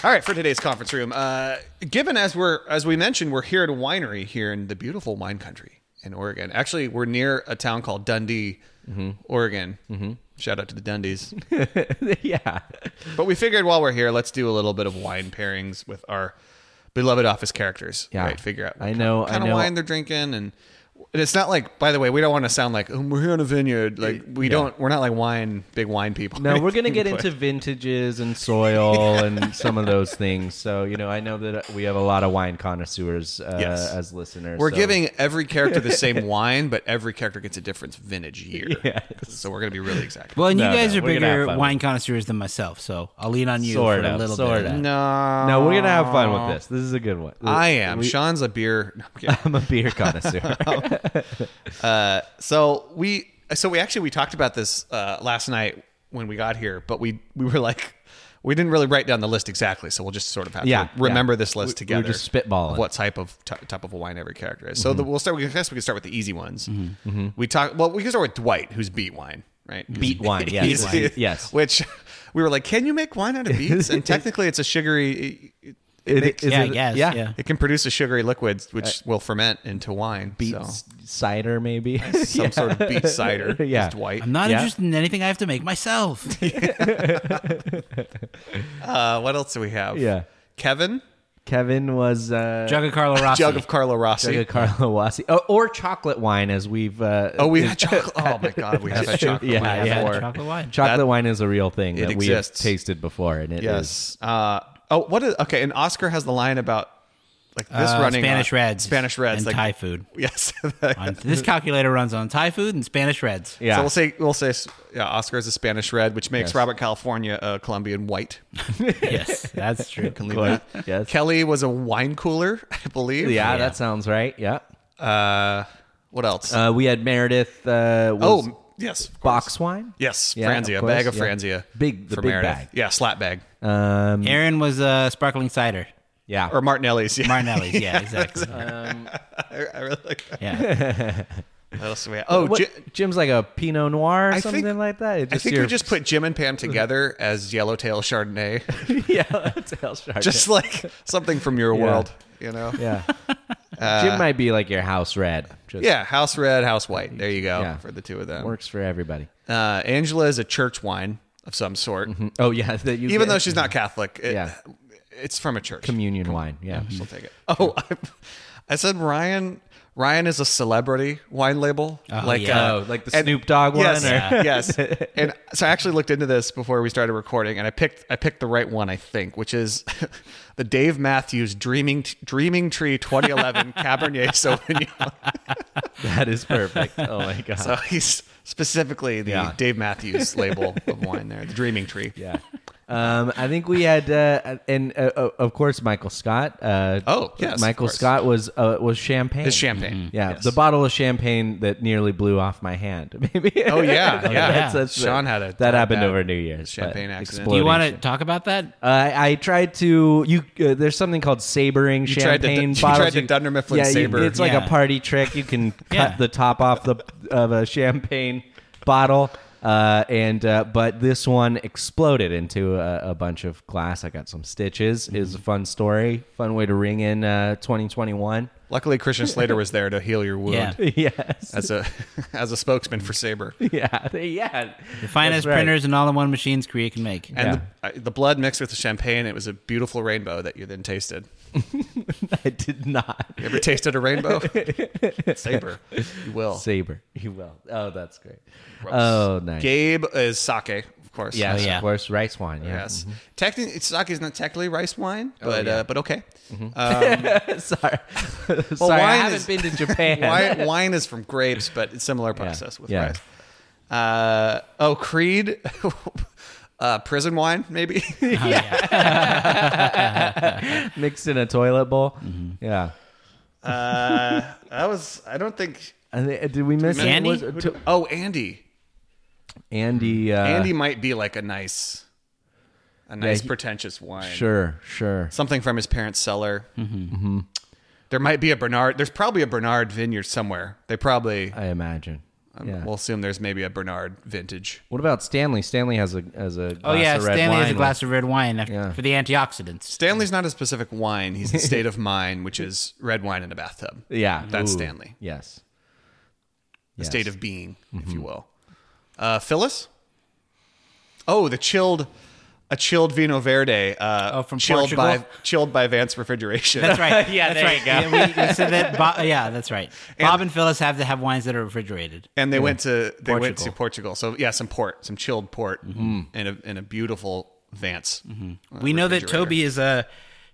[SPEAKER 3] All right, for today's conference room, uh, given as we're as we mentioned, we're here at a winery here in the beautiful wine country in Oregon. Actually, we're near a town called Dundee,
[SPEAKER 5] Mm-hmm.
[SPEAKER 3] Oregon. Shout out to the Dundies.
[SPEAKER 5] yeah.
[SPEAKER 3] But we figured while we're here, let's do a little bit of wine pairings with our beloved office characters.
[SPEAKER 5] Yeah.
[SPEAKER 3] Right. Figure out.
[SPEAKER 5] I know,
[SPEAKER 3] Kind
[SPEAKER 5] I
[SPEAKER 3] of
[SPEAKER 5] know.
[SPEAKER 3] wine they're drinking, and and it's not like. By the way, we don't want to sound like "Um, we're here in a vineyard. Like we don't. We're not like wine big wine people.
[SPEAKER 5] No, we're gonna get
[SPEAKER 3] But-
[SPEAKER 5] into vintages and soil and some of those things. So you know, I know that we have a lot of wine connoisseurs uh,
[SPEAKER 3] Yes.
[SPEAKER 5] as listeners.
[SPEAKER 3] We're
[SPEAKER 5] so-
[SPEAKER 3] giving every character the same wine, but every character gets a different vintage year. So we're going to be really exact.
[SPEAKER 2] Well, and you guys are bigger wine connoisseurs than myself, so I'll lean on you
[SPEAKER 5] Sort
[SPEAKER 2] for a
[SPEAKER 5] of,
[SPEAKER 2] little
[SPEAKER 5] sort
[SPEAKER 2] bit.
[SPEAKER 5] of.
[SPEAKER 3] No.
[SPEAKER 5] No, we're gonna have fun with this. This is a good one.
[SPEAKER 3] I am.
[SPEAKER 5] We-
[SPEAKER 3] Sean's a beer. no, I'm kidding.
[SPEAKER 5] I'm a beer connoisseur.
[SPEAKER 3] Oh, uh, so we, so we actually we talked about this uh, last night when we got here, but we we were like, we didn't really write down the list exactly, so we'll just sort of have
[SPEAKER 5] Yeah,
[SPEAKER 3] to remember
[SPEAKER 5] yeah.
[SPEAKER 3] this list
[SPEAKER 5] We- we were
[SPEAKER 3] together.
[SPEAKER 5] just spitballing.
[SPEAKER 3] of what type of t- type of a wine every character is. So
[SPEAKER 5] Mhm.
[SPEAKER 3] the, we'll start. We I guess we can start with the easy ones.
[SPEAKER 5] Mm-hmm.
[SPEAKER 3] We talk. Well, we can start with Dwight, who's beat wine, right?
[SPEAKER 5] Beet wine, yes.
[SPEAKER 3] He's-
[SPEAKER 5] Beet wine, yes.
[SPEAKER 3] Which we were like, can you make wine out of beets? And technically, it's a sugary. It,
[SPEAKER 5] It-
[SPEAKER 3] makes-
[SPEAKER 5] is Yeah, I it- guess, yeah. yeah.
[SPEAKER 3] It can produce a sugary liquid, which
[SPEAKER 5] Uh,
[SPEAKER 3] will ferment into wine.
[SPEAKER 5] Beet
[SPEAKER 3] so.
[SPEAKER 5] s- cider, maybe
[SPEAKER 3] Some
[SPEAKER 5] Yeah.
[SPEAKER 3] sort of beet cider.
[SPEAKER 5] yeah,
[SPEAKER 3] Is Dwight.
[SPEAKER 2] I'm not
[SPEAKER 5] Yeah.
[SPEAKER 2] interested in anything I have to make myself.
[SPEAKER 3] Uh, what else do we have?
[SPEAKER 5] Yeah.
[SPEAKER 3] Kevin.
[SPEAKER 5] Kevin was uh,
[SPEAKER 2] Jug of Carlo Rossi.
[SPEAKER 3] Jug of Carlo Rossi.
[SPEAKER 5] Jug of Carlo Rossi, oh, or chocolate wine, as we've. Uh,
[SPEAKER 3] Oh, we had chocolate. Oh my God, we had that chocolate
[SPEAKER 5] yeah,
[SPEAKER 3] wine
[SPEAKER 5] yeah.
[SPEAKER 3] before.
[SPEAKER 2] Chocolate wine.
[SPEAKER 5] Chocolate
[SPEAKER 3] That-
[SPEAKER 5] wine is a real thing
[SPEAKER 3] It
[SPEAKER 5] that
[SPEAKER 3] exists.
[SPEAKER 5] we have tasted before, and it is
[SPEAKER 3] yes. Uh, oh, what is okay? And Oscar has the line about like this
[SPEAKER 2] Uh,
[SPEAKER 3] running
[SPEAKER 2] Spanish
[SPEAKER 3] on-
[SPEAKER 2] Reds.
[SPEAKER 3] Spanish Reds,
[SPEAKER 2] and
[SPEAKER 3] like
[SPEAKER 2] Thai food.
[SPEAKER 3] Yes.
[SPEAKER 2] On- this calculator runs on Thai food and Spanish Reds.
[SPEAKER 3] So we'll say we'll say yeah, Oscar is a Spanish Red, which makes
[SPEAKER 5] Yes.
[SPEAKER 3] Robert California a Colombian white.
[SPEAKER 2] yes, that's true.
[SPEAKER 3] You can leave that.
[SPEAKER 5] Yes.
[SPEAKER 3] Kelly was a wine cooler, I believe.
[SPEAKER 5] Yeah, that sounds right. Yeah.
[SPEAKER 3] Uh, what else?
[SPEAKER 5] Uh, we had Meredith. Uh, was
[SPEAKER 3] oh, yes. of course.
[SPEAKER 5] box wine.
[SPEAKER 3] Yes,
[SPEAKER 5] Yeah,
[SPEAKER 3] Franzia,
[SPEAKER 5] of
[SPEAKER 3] a
[SPEAKER 5] course,
[SPEAKER 3] bag of
[SPEAKER 5] yeah.
[SPEAKER 3] Franzia.
[SPEAKER 5] Big, the
[SPEAKER 3] for
[SPEAKER 5] big
[SPEAKER 3] Meredith.
[SPEAKER 5] bag.
[SPEAKER 3] Yeah, slap bag.
[SPEAKER 5] Um,
[SPEAKER 2] Aaron was uh, sparkling cider.
[SPEAKER 5] yeah.
[SPEAKER 3] Or Martinelli's. Yeah.
[SPEAKER 2] Martinelli's, yeah, exactly.
[SPEAKER 3] I, I really like that.
[SPEAKER 2] Yeah.
[SPEAKER 3] What else do we have? Oh,
[SPEAKER 5] What-
[SPEAKER 3] Ji-
[SPEAKER 5] Jim's like a Pinot Noir or
[SPEAKER 3] I
[SPEAKER 5] something
[SPEAKER 3] think-
[SPEAKER 5] like that. It
[SPEAKER 3] I think
[SPEAKER 5] your-
[SPEAKER 3] we just put Jim and Pam together as Yellowtail Chardonnay.
[SPEAKER 5] yeah, that's a hell shark.
[SPEAKER 3] Just like something from your
[SPEAKER 5] Yeah.
[SPEAKER 3] world, you know?
[SPEAKER 5] yeah.
[SPEAKER 3] Uh,
[SPEAKER 5] Jim might be like your house red. Just
[SPEAKER 3] yeah, House Red, House White. There you go
[SPEAKER 5] Yeah.
[SPEAKER 3] for the two of them.
[SPEAKER 5] works for everybody.
[SPEAKER 3] Uh, Angela is a church wine of some sort.
[SPEAKER 5] Oh yeah, that you
[SPEAKER 3] Even
[SPEAKER 5] get-
[SPEAKER 3] though she's not Catholic, it-
[SPEAKER 5] Yeah.
[SPEAKER 3] it's from a church.
[SPEAKER 5] communion wine. Mm. Yeah.
[SPEAKER 3] She'll take it. Oh, I, I said Ryan. Ryan is a celebrity wine label, uh,
[SPEAKER 5] Oh, yeah. Oh, like the Snoop Dogg one,
[SPEAKER 3] Yes,
[SPEAKER 5] or- Yeah.
[SPEAKER 3] yes. And so I actually looked into this before we started recording, and I picked I picked the right one, I think, which is the Dave Matthews Dreaming Dreaming Tree 2011 Cabernet Sauvignon.
[SPEAKER 5] That is perfect. Oh my god.
[SPEAKER 3] So he's specifically the
[SPEAKER 5] Yeah.
[SPEAKER 3] Dave Matthews label of wine there, the Dreaming Tree.
[SPEAKER 5] yeah. Um, I think we had, uh, and uh, uh, of course, Michael Scott. Uh,
[SPEAKER 3] Oh, yes,
[SPEAKER 5] Michael
[SPEAKER 3] of course.
[SPEAKER 5] Scott was uh, was champagne.
[SPEAKER 3] It's champagne,
[SPEAKER 5] Mm-hmm. Yeah,
[SPEAKER 3] yes.
[SPEAKER 5] the bottle of champagne that nearly blew off my hand. Maybe.
[SPEAKER 3] Oh, yeah,
[SPEAKER 5] That's-
[SPEAKER 3] yeah.
[SPEAKER 5] that's- that's-
[SPEAKER 3] Sean had a- had
[SPEAKER 5] that happened
[SPEAKER 3] that
[SPEAKER 5] over New Year's. but
[SPEAKER 3] champagne accident.
[SPEAKER 2] Do you want to
[SPEAKER 5] exploding
[SPEAKER 2] talk about that?
[SPEAKER 5] Uh, I I tried to you. Uh, there's something called sabering
[SPEAKER 3] You tried the
[SPEAKER 5] champagne
[SPEAKER 3] Dun- you
[SPEAKER 5] bottles.
[SPEAKER 3] tried the Dunder Mifflin
[SPEAKER 5] yeah, you-
[SPEAKER 3] saber.
[SPEAKER 5] it's like
[SPEAKER 3] Yeah.
[SPEAKER 5] a party trick. You can cut
[SPEAKER 3] Yeah.
[SPEAKER 5] the top off the of a champagne bottle, uh, and uh, but this one exploded into a, a bunch of glass. I got some stitches. It was
[SPEAKER 3] Mm-hmm.
[SPEAKER 5] a fun story. Fun way to ring in uh, 2021.
[SPEAKER 3] Luckily, Christian Slater was there to heal your wound.
[SPEAKER 5] Yeah. Yes.
[SPEAKER 3] as a as a spokesman for Saber.
[SPEAKER 5] Yeah, yeah.
[SPEAKER 2] The finest
[SPEAKER 3] That's right.
[SPEAKER 2] printers and all-in-one machines Korea can make.
[SPEAKER 3] And the, I- the blood mixed with the champagne, it was a beautiful rainbow that you then tasted.
[SPEAKER 5] I did not.
[SPEAKER 3] You ever tasted a rainbow? Saber, you will.
[SPEAKER 5] Saber, you will. Oh, that's great.
[SPEAKER 3] Gross.
[SPEAKER 5] Oh, nice.
[SPEAKER 3] Gabe is sake, of course.
[SPEAKER 2] Oh,
[SPEAKER 5] Yes, of course, rice wine. Yeah.
[SPEAKER 3] Yes.
[SPEAKER 5] Mhm.
[SPEAKER 3] Technically, sake is not technically rice wine,
[SPEAKER 5] Oh,
[SPEAKER 3] but
[SPEAKER 5] yeah.
[SPEAKER 3] uh, but okay.
[SPEAKER 5] Mhm.
[SPEAKER 3] Um,
[SPEAKER 5] Sorry. Sorry, I haven't been to Japan.
[SPEAKER 3] wine, wine is from grapes, but it's similar process with
[SPEAKER 5] yeah.
[SPEAKER 3] rice. Uh, oh, Creed, uh, prison wine, maybe.
[SPEAKER 5] Mixed in a toilet bowl. Yeah.
[SPEAKER 3] uh, that was. I don't think.
[SPEAKER 5] I thi- uh, did we miss
[SPEAKER 3] Andy?
[SPEAKER 5] Was-
[SPEAKER 3] Who
[SPEAKER 5] to-
[SPEAKER 3] did- oh, Andy.
[SPEAKER 5] Andy. Uh,
[SPEAKER 3] Andy might be like a nice, a nice
[SPEAKER 5] he-
[SPEAKER 3] pretentious wine.
[SPEAKER 5] Sure, Mm-hmm. sure.
[SPEAKER 3] Something from his parents' cellar.
[SPEAKER 2] Mm-hmm.
[SPEAKER 3] There might be a Bernard. There's probably a Bernard vineyard somewhere. They probably.
[SPEAKER 5] I imagine.
[SPEAKER 3] Um,
[SPEAKER 5] Yeah.
[SPEAKER 3] We'll assume there's maybe a Bernard vintage.
[SPEAKER 5] What about Stanley? Stanley has a has a. Glass
[SPEAKER 2] Oh yeah,
[SPEAKER 5] of red
[SPEAKER 2] Stanley has a
[SPEAKER 5] wine
[SPEAKER 2] glass
[SPEAKER 5] with-
[SPEAKER 2] of red wine af-
[SPEAKER 5] Yeah.
[SPEAKER 2] for the antioxidants.
[SPEAKER 3] Stanley's not a specific wine. He's a state of mind, which is red wine in a bathtub.
[SPEAKER 5] Yeah,
[SPEAKER 3] That's
[SPEAKER 5] Ooh.
[SPEAKER 3] Stanley.
[SPEAKER 5] Yes.
[SPEAKER 3] The
[SPEAKER 5] Yes. Mm-hmm.
[SPEAKER 3] state of being, if you will. Uh, Phyllis? Oh, the chilled. A chilled Vino Verde, uh, oh,
[SPEAKER 2] from
[SPEAKER 3] chilled
[SPEAKER 2] Portugal?
[SPEAKER 3] by chilled by Vance Refrigeration.
[SPEAKER 2] That's right.
[SPEAKER 5] Yeah,
[SPEAKER 2] that's
[SPEAKER 5] there
[SPEAKER 2] right.
[SPEAKER 5] you go.
[SPEAKER 2] Yeah, we- we said that Bo- yeah, that's right. Bob and Phyllis have to have wines that are refrigerated.
[SPEAKER 3] and they
[SPEAKER 2] Yeah.
[SPEAKER 3] went to they went to
[SPEAKER 2] Portugal.
[SPEAKER 3] Portugal. So yeah, some port, some chilled port,
[SPEAKER 5] Mm-hmm.
[SPEAKER 3] in a in a beautiful Vance. uh,
[SPEAKER 2] We know that
[SPEAKER 3] refrigerator.
[SPEAKER 2] Toby is a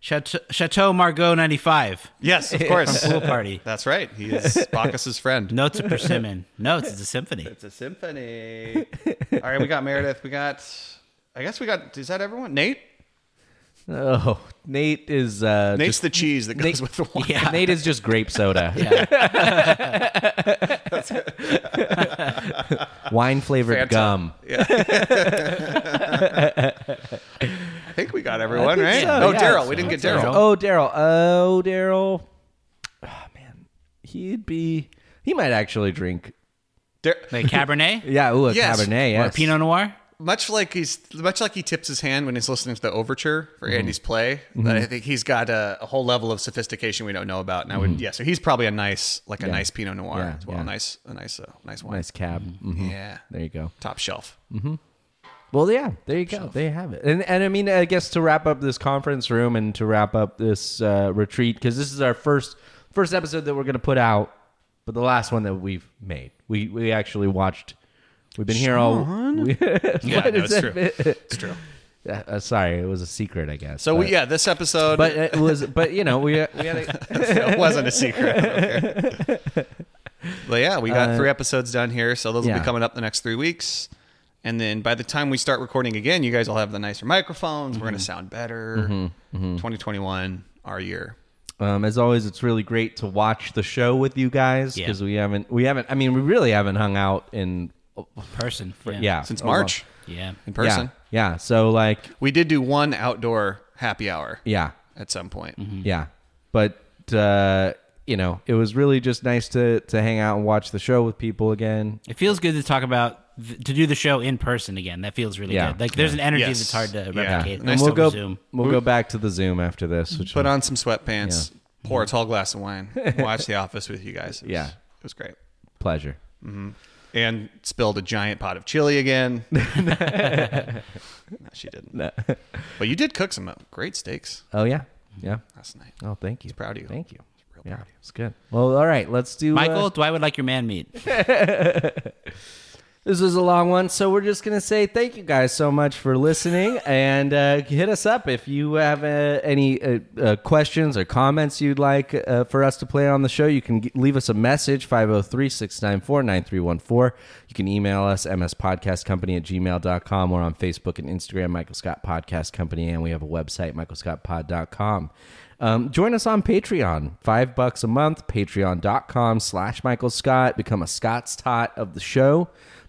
[SPEAKER 2] Chateau, Chateau Margaux 95.
[SPEAKER 3] Yes, of course.
[SPEAKER 2] From Pool Party.
[SPEAKER 3] That's right. He is Bacchus's friend.
[SPEAKER 2] Notes of Persimmon. Notes. It's a symphony.
[SPEAKER 3] It's a symphony. All right, we got Meredith. We got. I guess we got. Is that everyone? Nate.
[SPEAKER 5] Oh, Nate is. Uh,
[SPEAKER 3] Nate's
[SPEAKER 5] just,
[SPEAKER 3] the cheese that goes
[SPEAKER 5] Nate-
[SPEAKER 3] with the wine.
[SPEAKER 5] Yeah. Nate is just grape soda. Wine flavored
[SPEAKER 3] Fanta.
[SPEAKER 5] gum.
[SPEAKER 3] Yeah. I think we got everyone
[SPEAKER 5] I
[SPEAKER 3] right.
[SPEAKER 5] think so,
[SPEAKER 3] oh,
[SPEAKER 5] yeah.
[SPEAKER 3] Daryl. We didn't get Daryl.
[SPEAKER 5] Oh, Daryl. Oh, Daryl. Oh, man, he'd be. He might actually drink. Oh.
[SPEAKER 3] Dar-
[SPEAKER 2] Like Cabernet?
[SPEAKER 5] Yeah. Ooh, a
[SPEAKER 3] Yes.
[SPEAKER 5] Cabernet. Yes.
[SPEAKER 2] Or Pinot Noir?
[SPEAKER 3] much like he's much like he tips his hand when he's listening to the overture for
[SPEAKER 5] Mm-hmm.
[SPEAKER 3] Andy's play. That I think he's got a, a whole level of sophistication we don't know about. And I would yeah. So he's probably a nice like a
[SPEAKER 5] Mm-hmm. Yeah.
[SPEAKER 3] nice Pinot Noir
[SPEAKER 5] Yeah,
[SPEAKER 3] as well.
[SPEAKER 5] yeah.
[SPEAKER 3] Nice a nice uh, nice wine.
[SPEAKER 5] Nice cab. Mhm.
[SPEAKER 3] Yeah.
[SPEAKER 5] There you go.
[SPEAKER 3] Top shelf.
[SPEAKER 5] Well, yeah, there you go. They have it, and and I mean, I guess to wrap up this conference room and to wrap up this uh, retreat, because this is our first first episode that we're going to put out, but the last one that we've made. We we actually watched. We've been here all. We,
[SPEAKER 3] Yeah, no,
[SPEAKER 5] What is
[SPEAKER 3] it's
[SPEAKER 5] that
[SPEAKER 3] true.
[SPEAKER 5] bit?
[SPEAKER 3] It's true.
[SPEAKER 5] Uh, uh, sorry, it was a secret, I guess.
[SPEAKER 3] So
[SPEAKER 5] but,
[SPEAKER 3] we, yeah, this episode
[SPEAKER 5] Uh, but uh, it was, but you know, we we had a,
[SPEAKER 3] it wasn't a secret. I don't care. but yeah, we got three episodes done here, so those will
[SPEAKER 5] Uh, yeah.
[SPEAKER 3] be coming up the next three weeks. And then by the time we start recording again, you guys will have the nicer microphones. We're going
[SPEAKER 5] Mm-hmm.
[SPEAKER 3] to sound better. 2021, our year.
[SPEAKER 5] Um, as always, it's really great to watch the show with you guys
[SPEAKER 2] Yeah.
[SPEAKER 5] because we haven't, we haven't. I mean, we really haven't hung out in
[SPEAKER 2] Person. Yeah.
[SPEAKER 5] yeah
[SPEAKER 3] Since
[SPEAKER 5] a long-
[SPEAKER 3] March
[SPEAKER 2] Yeah.
[SPEAKER 3] in person.
[SPEAKER 5] Oh, Yeah, yeah. So like,
[SPEAKER 3] We did do one outdoor happy hour
[SPEAKER 5] yeah, Mm-hmm.
[SPEAKER 3] at some point.
[SPEAKER 5] yeah. But uh, you know, it was really just nice to to hang out and watch the show with people again.
[SPEAKER 2] It feels good to talk about, th- to do the show in person again. That feels really
[SPEAKER 5] Yeah.
[SPEAKER 2] good. Like, there's an energy
[SPEAKER 3] Yes.
[SPEAKER 2] that's hard to
[SPEAKER 3] Yeah.
[SPEAKER 2] replicate.
[SPEAKER 3] Nice
[SPEAKER 5] and
[SPEAKER 3] to
[SPEAKER 5] we'll go.
[SPEAKER 2] Zoom.
[SPEAKER 5] We'll go back to the Zoom after this. Which
[SPEAKER 3] Put on some sweatpants, pour a tall glass of wine, watch The Office with you guys. It was-
[SPEAKER 5] Mm-hmm. Yeah.
[SPEAKER 3] It was great.
[SPEAKER 5] pleasure.
[SPEAKER 3] and spilled a giant pot of chili again. no, she didn't. But you did cook some uh, great steaks
[SPEAKER 5] Oh yeah,
[SPEAKER 3] Hmm.
[SPEAKER 5] yeah.
[SPEAKER 3] last night.
[SPEAKER 5] Oh, thank you.
[SPEAKER 3] Proud of you.
[SPEAKER 5] Thank you.
[SPEAKER 3] Real
[SPEAKER 5] Yeah,
[SPEAKER 3] proud.
[SPEAKER 5] it's good. Well, all right. Let's do uh,
[SPEAKER 2] Michael, do I would like your man meat?
[SPEAKER 5] This was a long one, so we're just gonna say thank you guys so much for listening, and uh, hit us up if you have uh, any uh, uh, questions or comments you'd like uh, for us to play on the show. You can g- leave us a message 503-694-9314. You can email us mspodcastcompany at gmail.com or on Facebook and Instagram Michael Scott Podcast Company, and we have a website michaelscottpod.com. Um, join us on Patreon. Five bucks a month, patreon.com slash Michael Scott. Become a Scott's Tot of the show.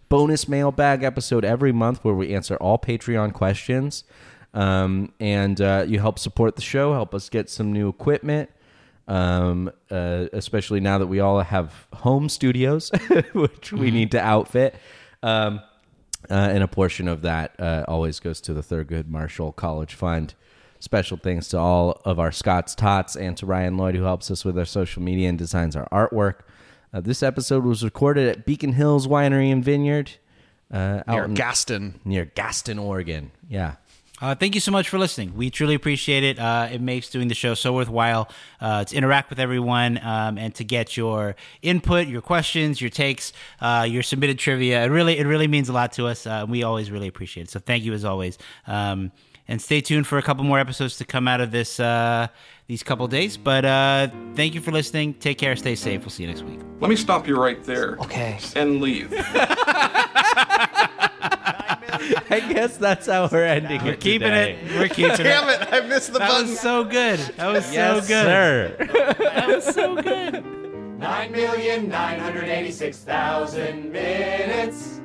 [SPEAKER 5] Bonus mailbag episode every month where we answer all Patreon questions. Um, and uh, you help support the show, help us get some new equipment. Um, uh, especially now that we all have home studios, which we
[SPEAKER 12] Mhm.
[SPEAKER 5] need to outfit. Um, uh, and a portion of that uh, always goes to the Thurgood Marshall College Fund. Special thanks to all of our Scott's Tots and to Ryan Lloyd, who helps us with our social media and designs our artwork. Uh, this episode was recorded at Beacon Hills Winery and Vineyard. Uh,
[SPEAKER 3] Near
[SPEAKER 5] Gaston. Near Gaston, Oregon. Yeah.
[SPEAKER 2] Uh, thank you so much for listening. We truly appreciate it. Uh, it makes doing the show so worthwhile uh, to interact with everyone um, and to get your input, your questions, your takes, uh, your submitted trivia. It really, it really means a lot to us. Uh, we always really appreciate it. So thank you as always. Um, and stay tuned for a couple more episodes to come out of this uh, these couple days. But uh, thank you for listening. Take care. Stay safe. We'll see you next week.
[SPEAKER 11] Let me stop you right there. Okay. And leave.
[SPEAKER 5] I guess that's how we're ending
[SPEAKER 2] We're
[SPEAKER 5] it.
[SPEAKER 2] keeping
[SPEAKER 5] today.
[SPEAKER 2] it. We're keeping it.
[SPEAKER 3] Damn it! I missed the
[SPEAKER 2] That
[SPEAKER 3] button.
[SPEAKER 2] was so good. That was so
[SPEAKER 5] Yes,
[SPEAKER 2] good.
[SPEAKER 5] sir.
[SPEAKER 2] that was so good.
[SPEAKER 13] 9,986,000 minutes.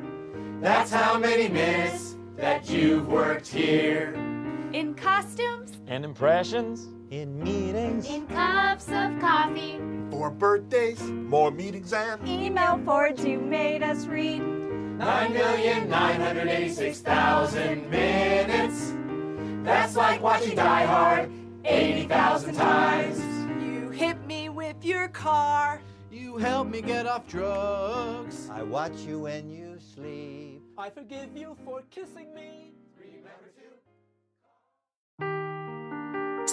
[SPEAKER 13] That's how many minutes that you've worked here.
[SPEAKER 14] In costumes,
[SPEAKER 13] And impressions? In meetings.
[SPEAKER 14] in cups of coffee,
[SPEAKER 11] More birthdays, more meetings, and
[SPEAKER 14] email boards you made us read.
[SPEAKER 13] 9,986,000 minutes. That's like watching Die Hard 80,000 times.
[SPEAKER 4] You hit me with your car. You help me get off drugs.
[SPEAKER 7] I watch you when you sleep.
[SPEAKER 4] I forgive you for kissing me. Remember to.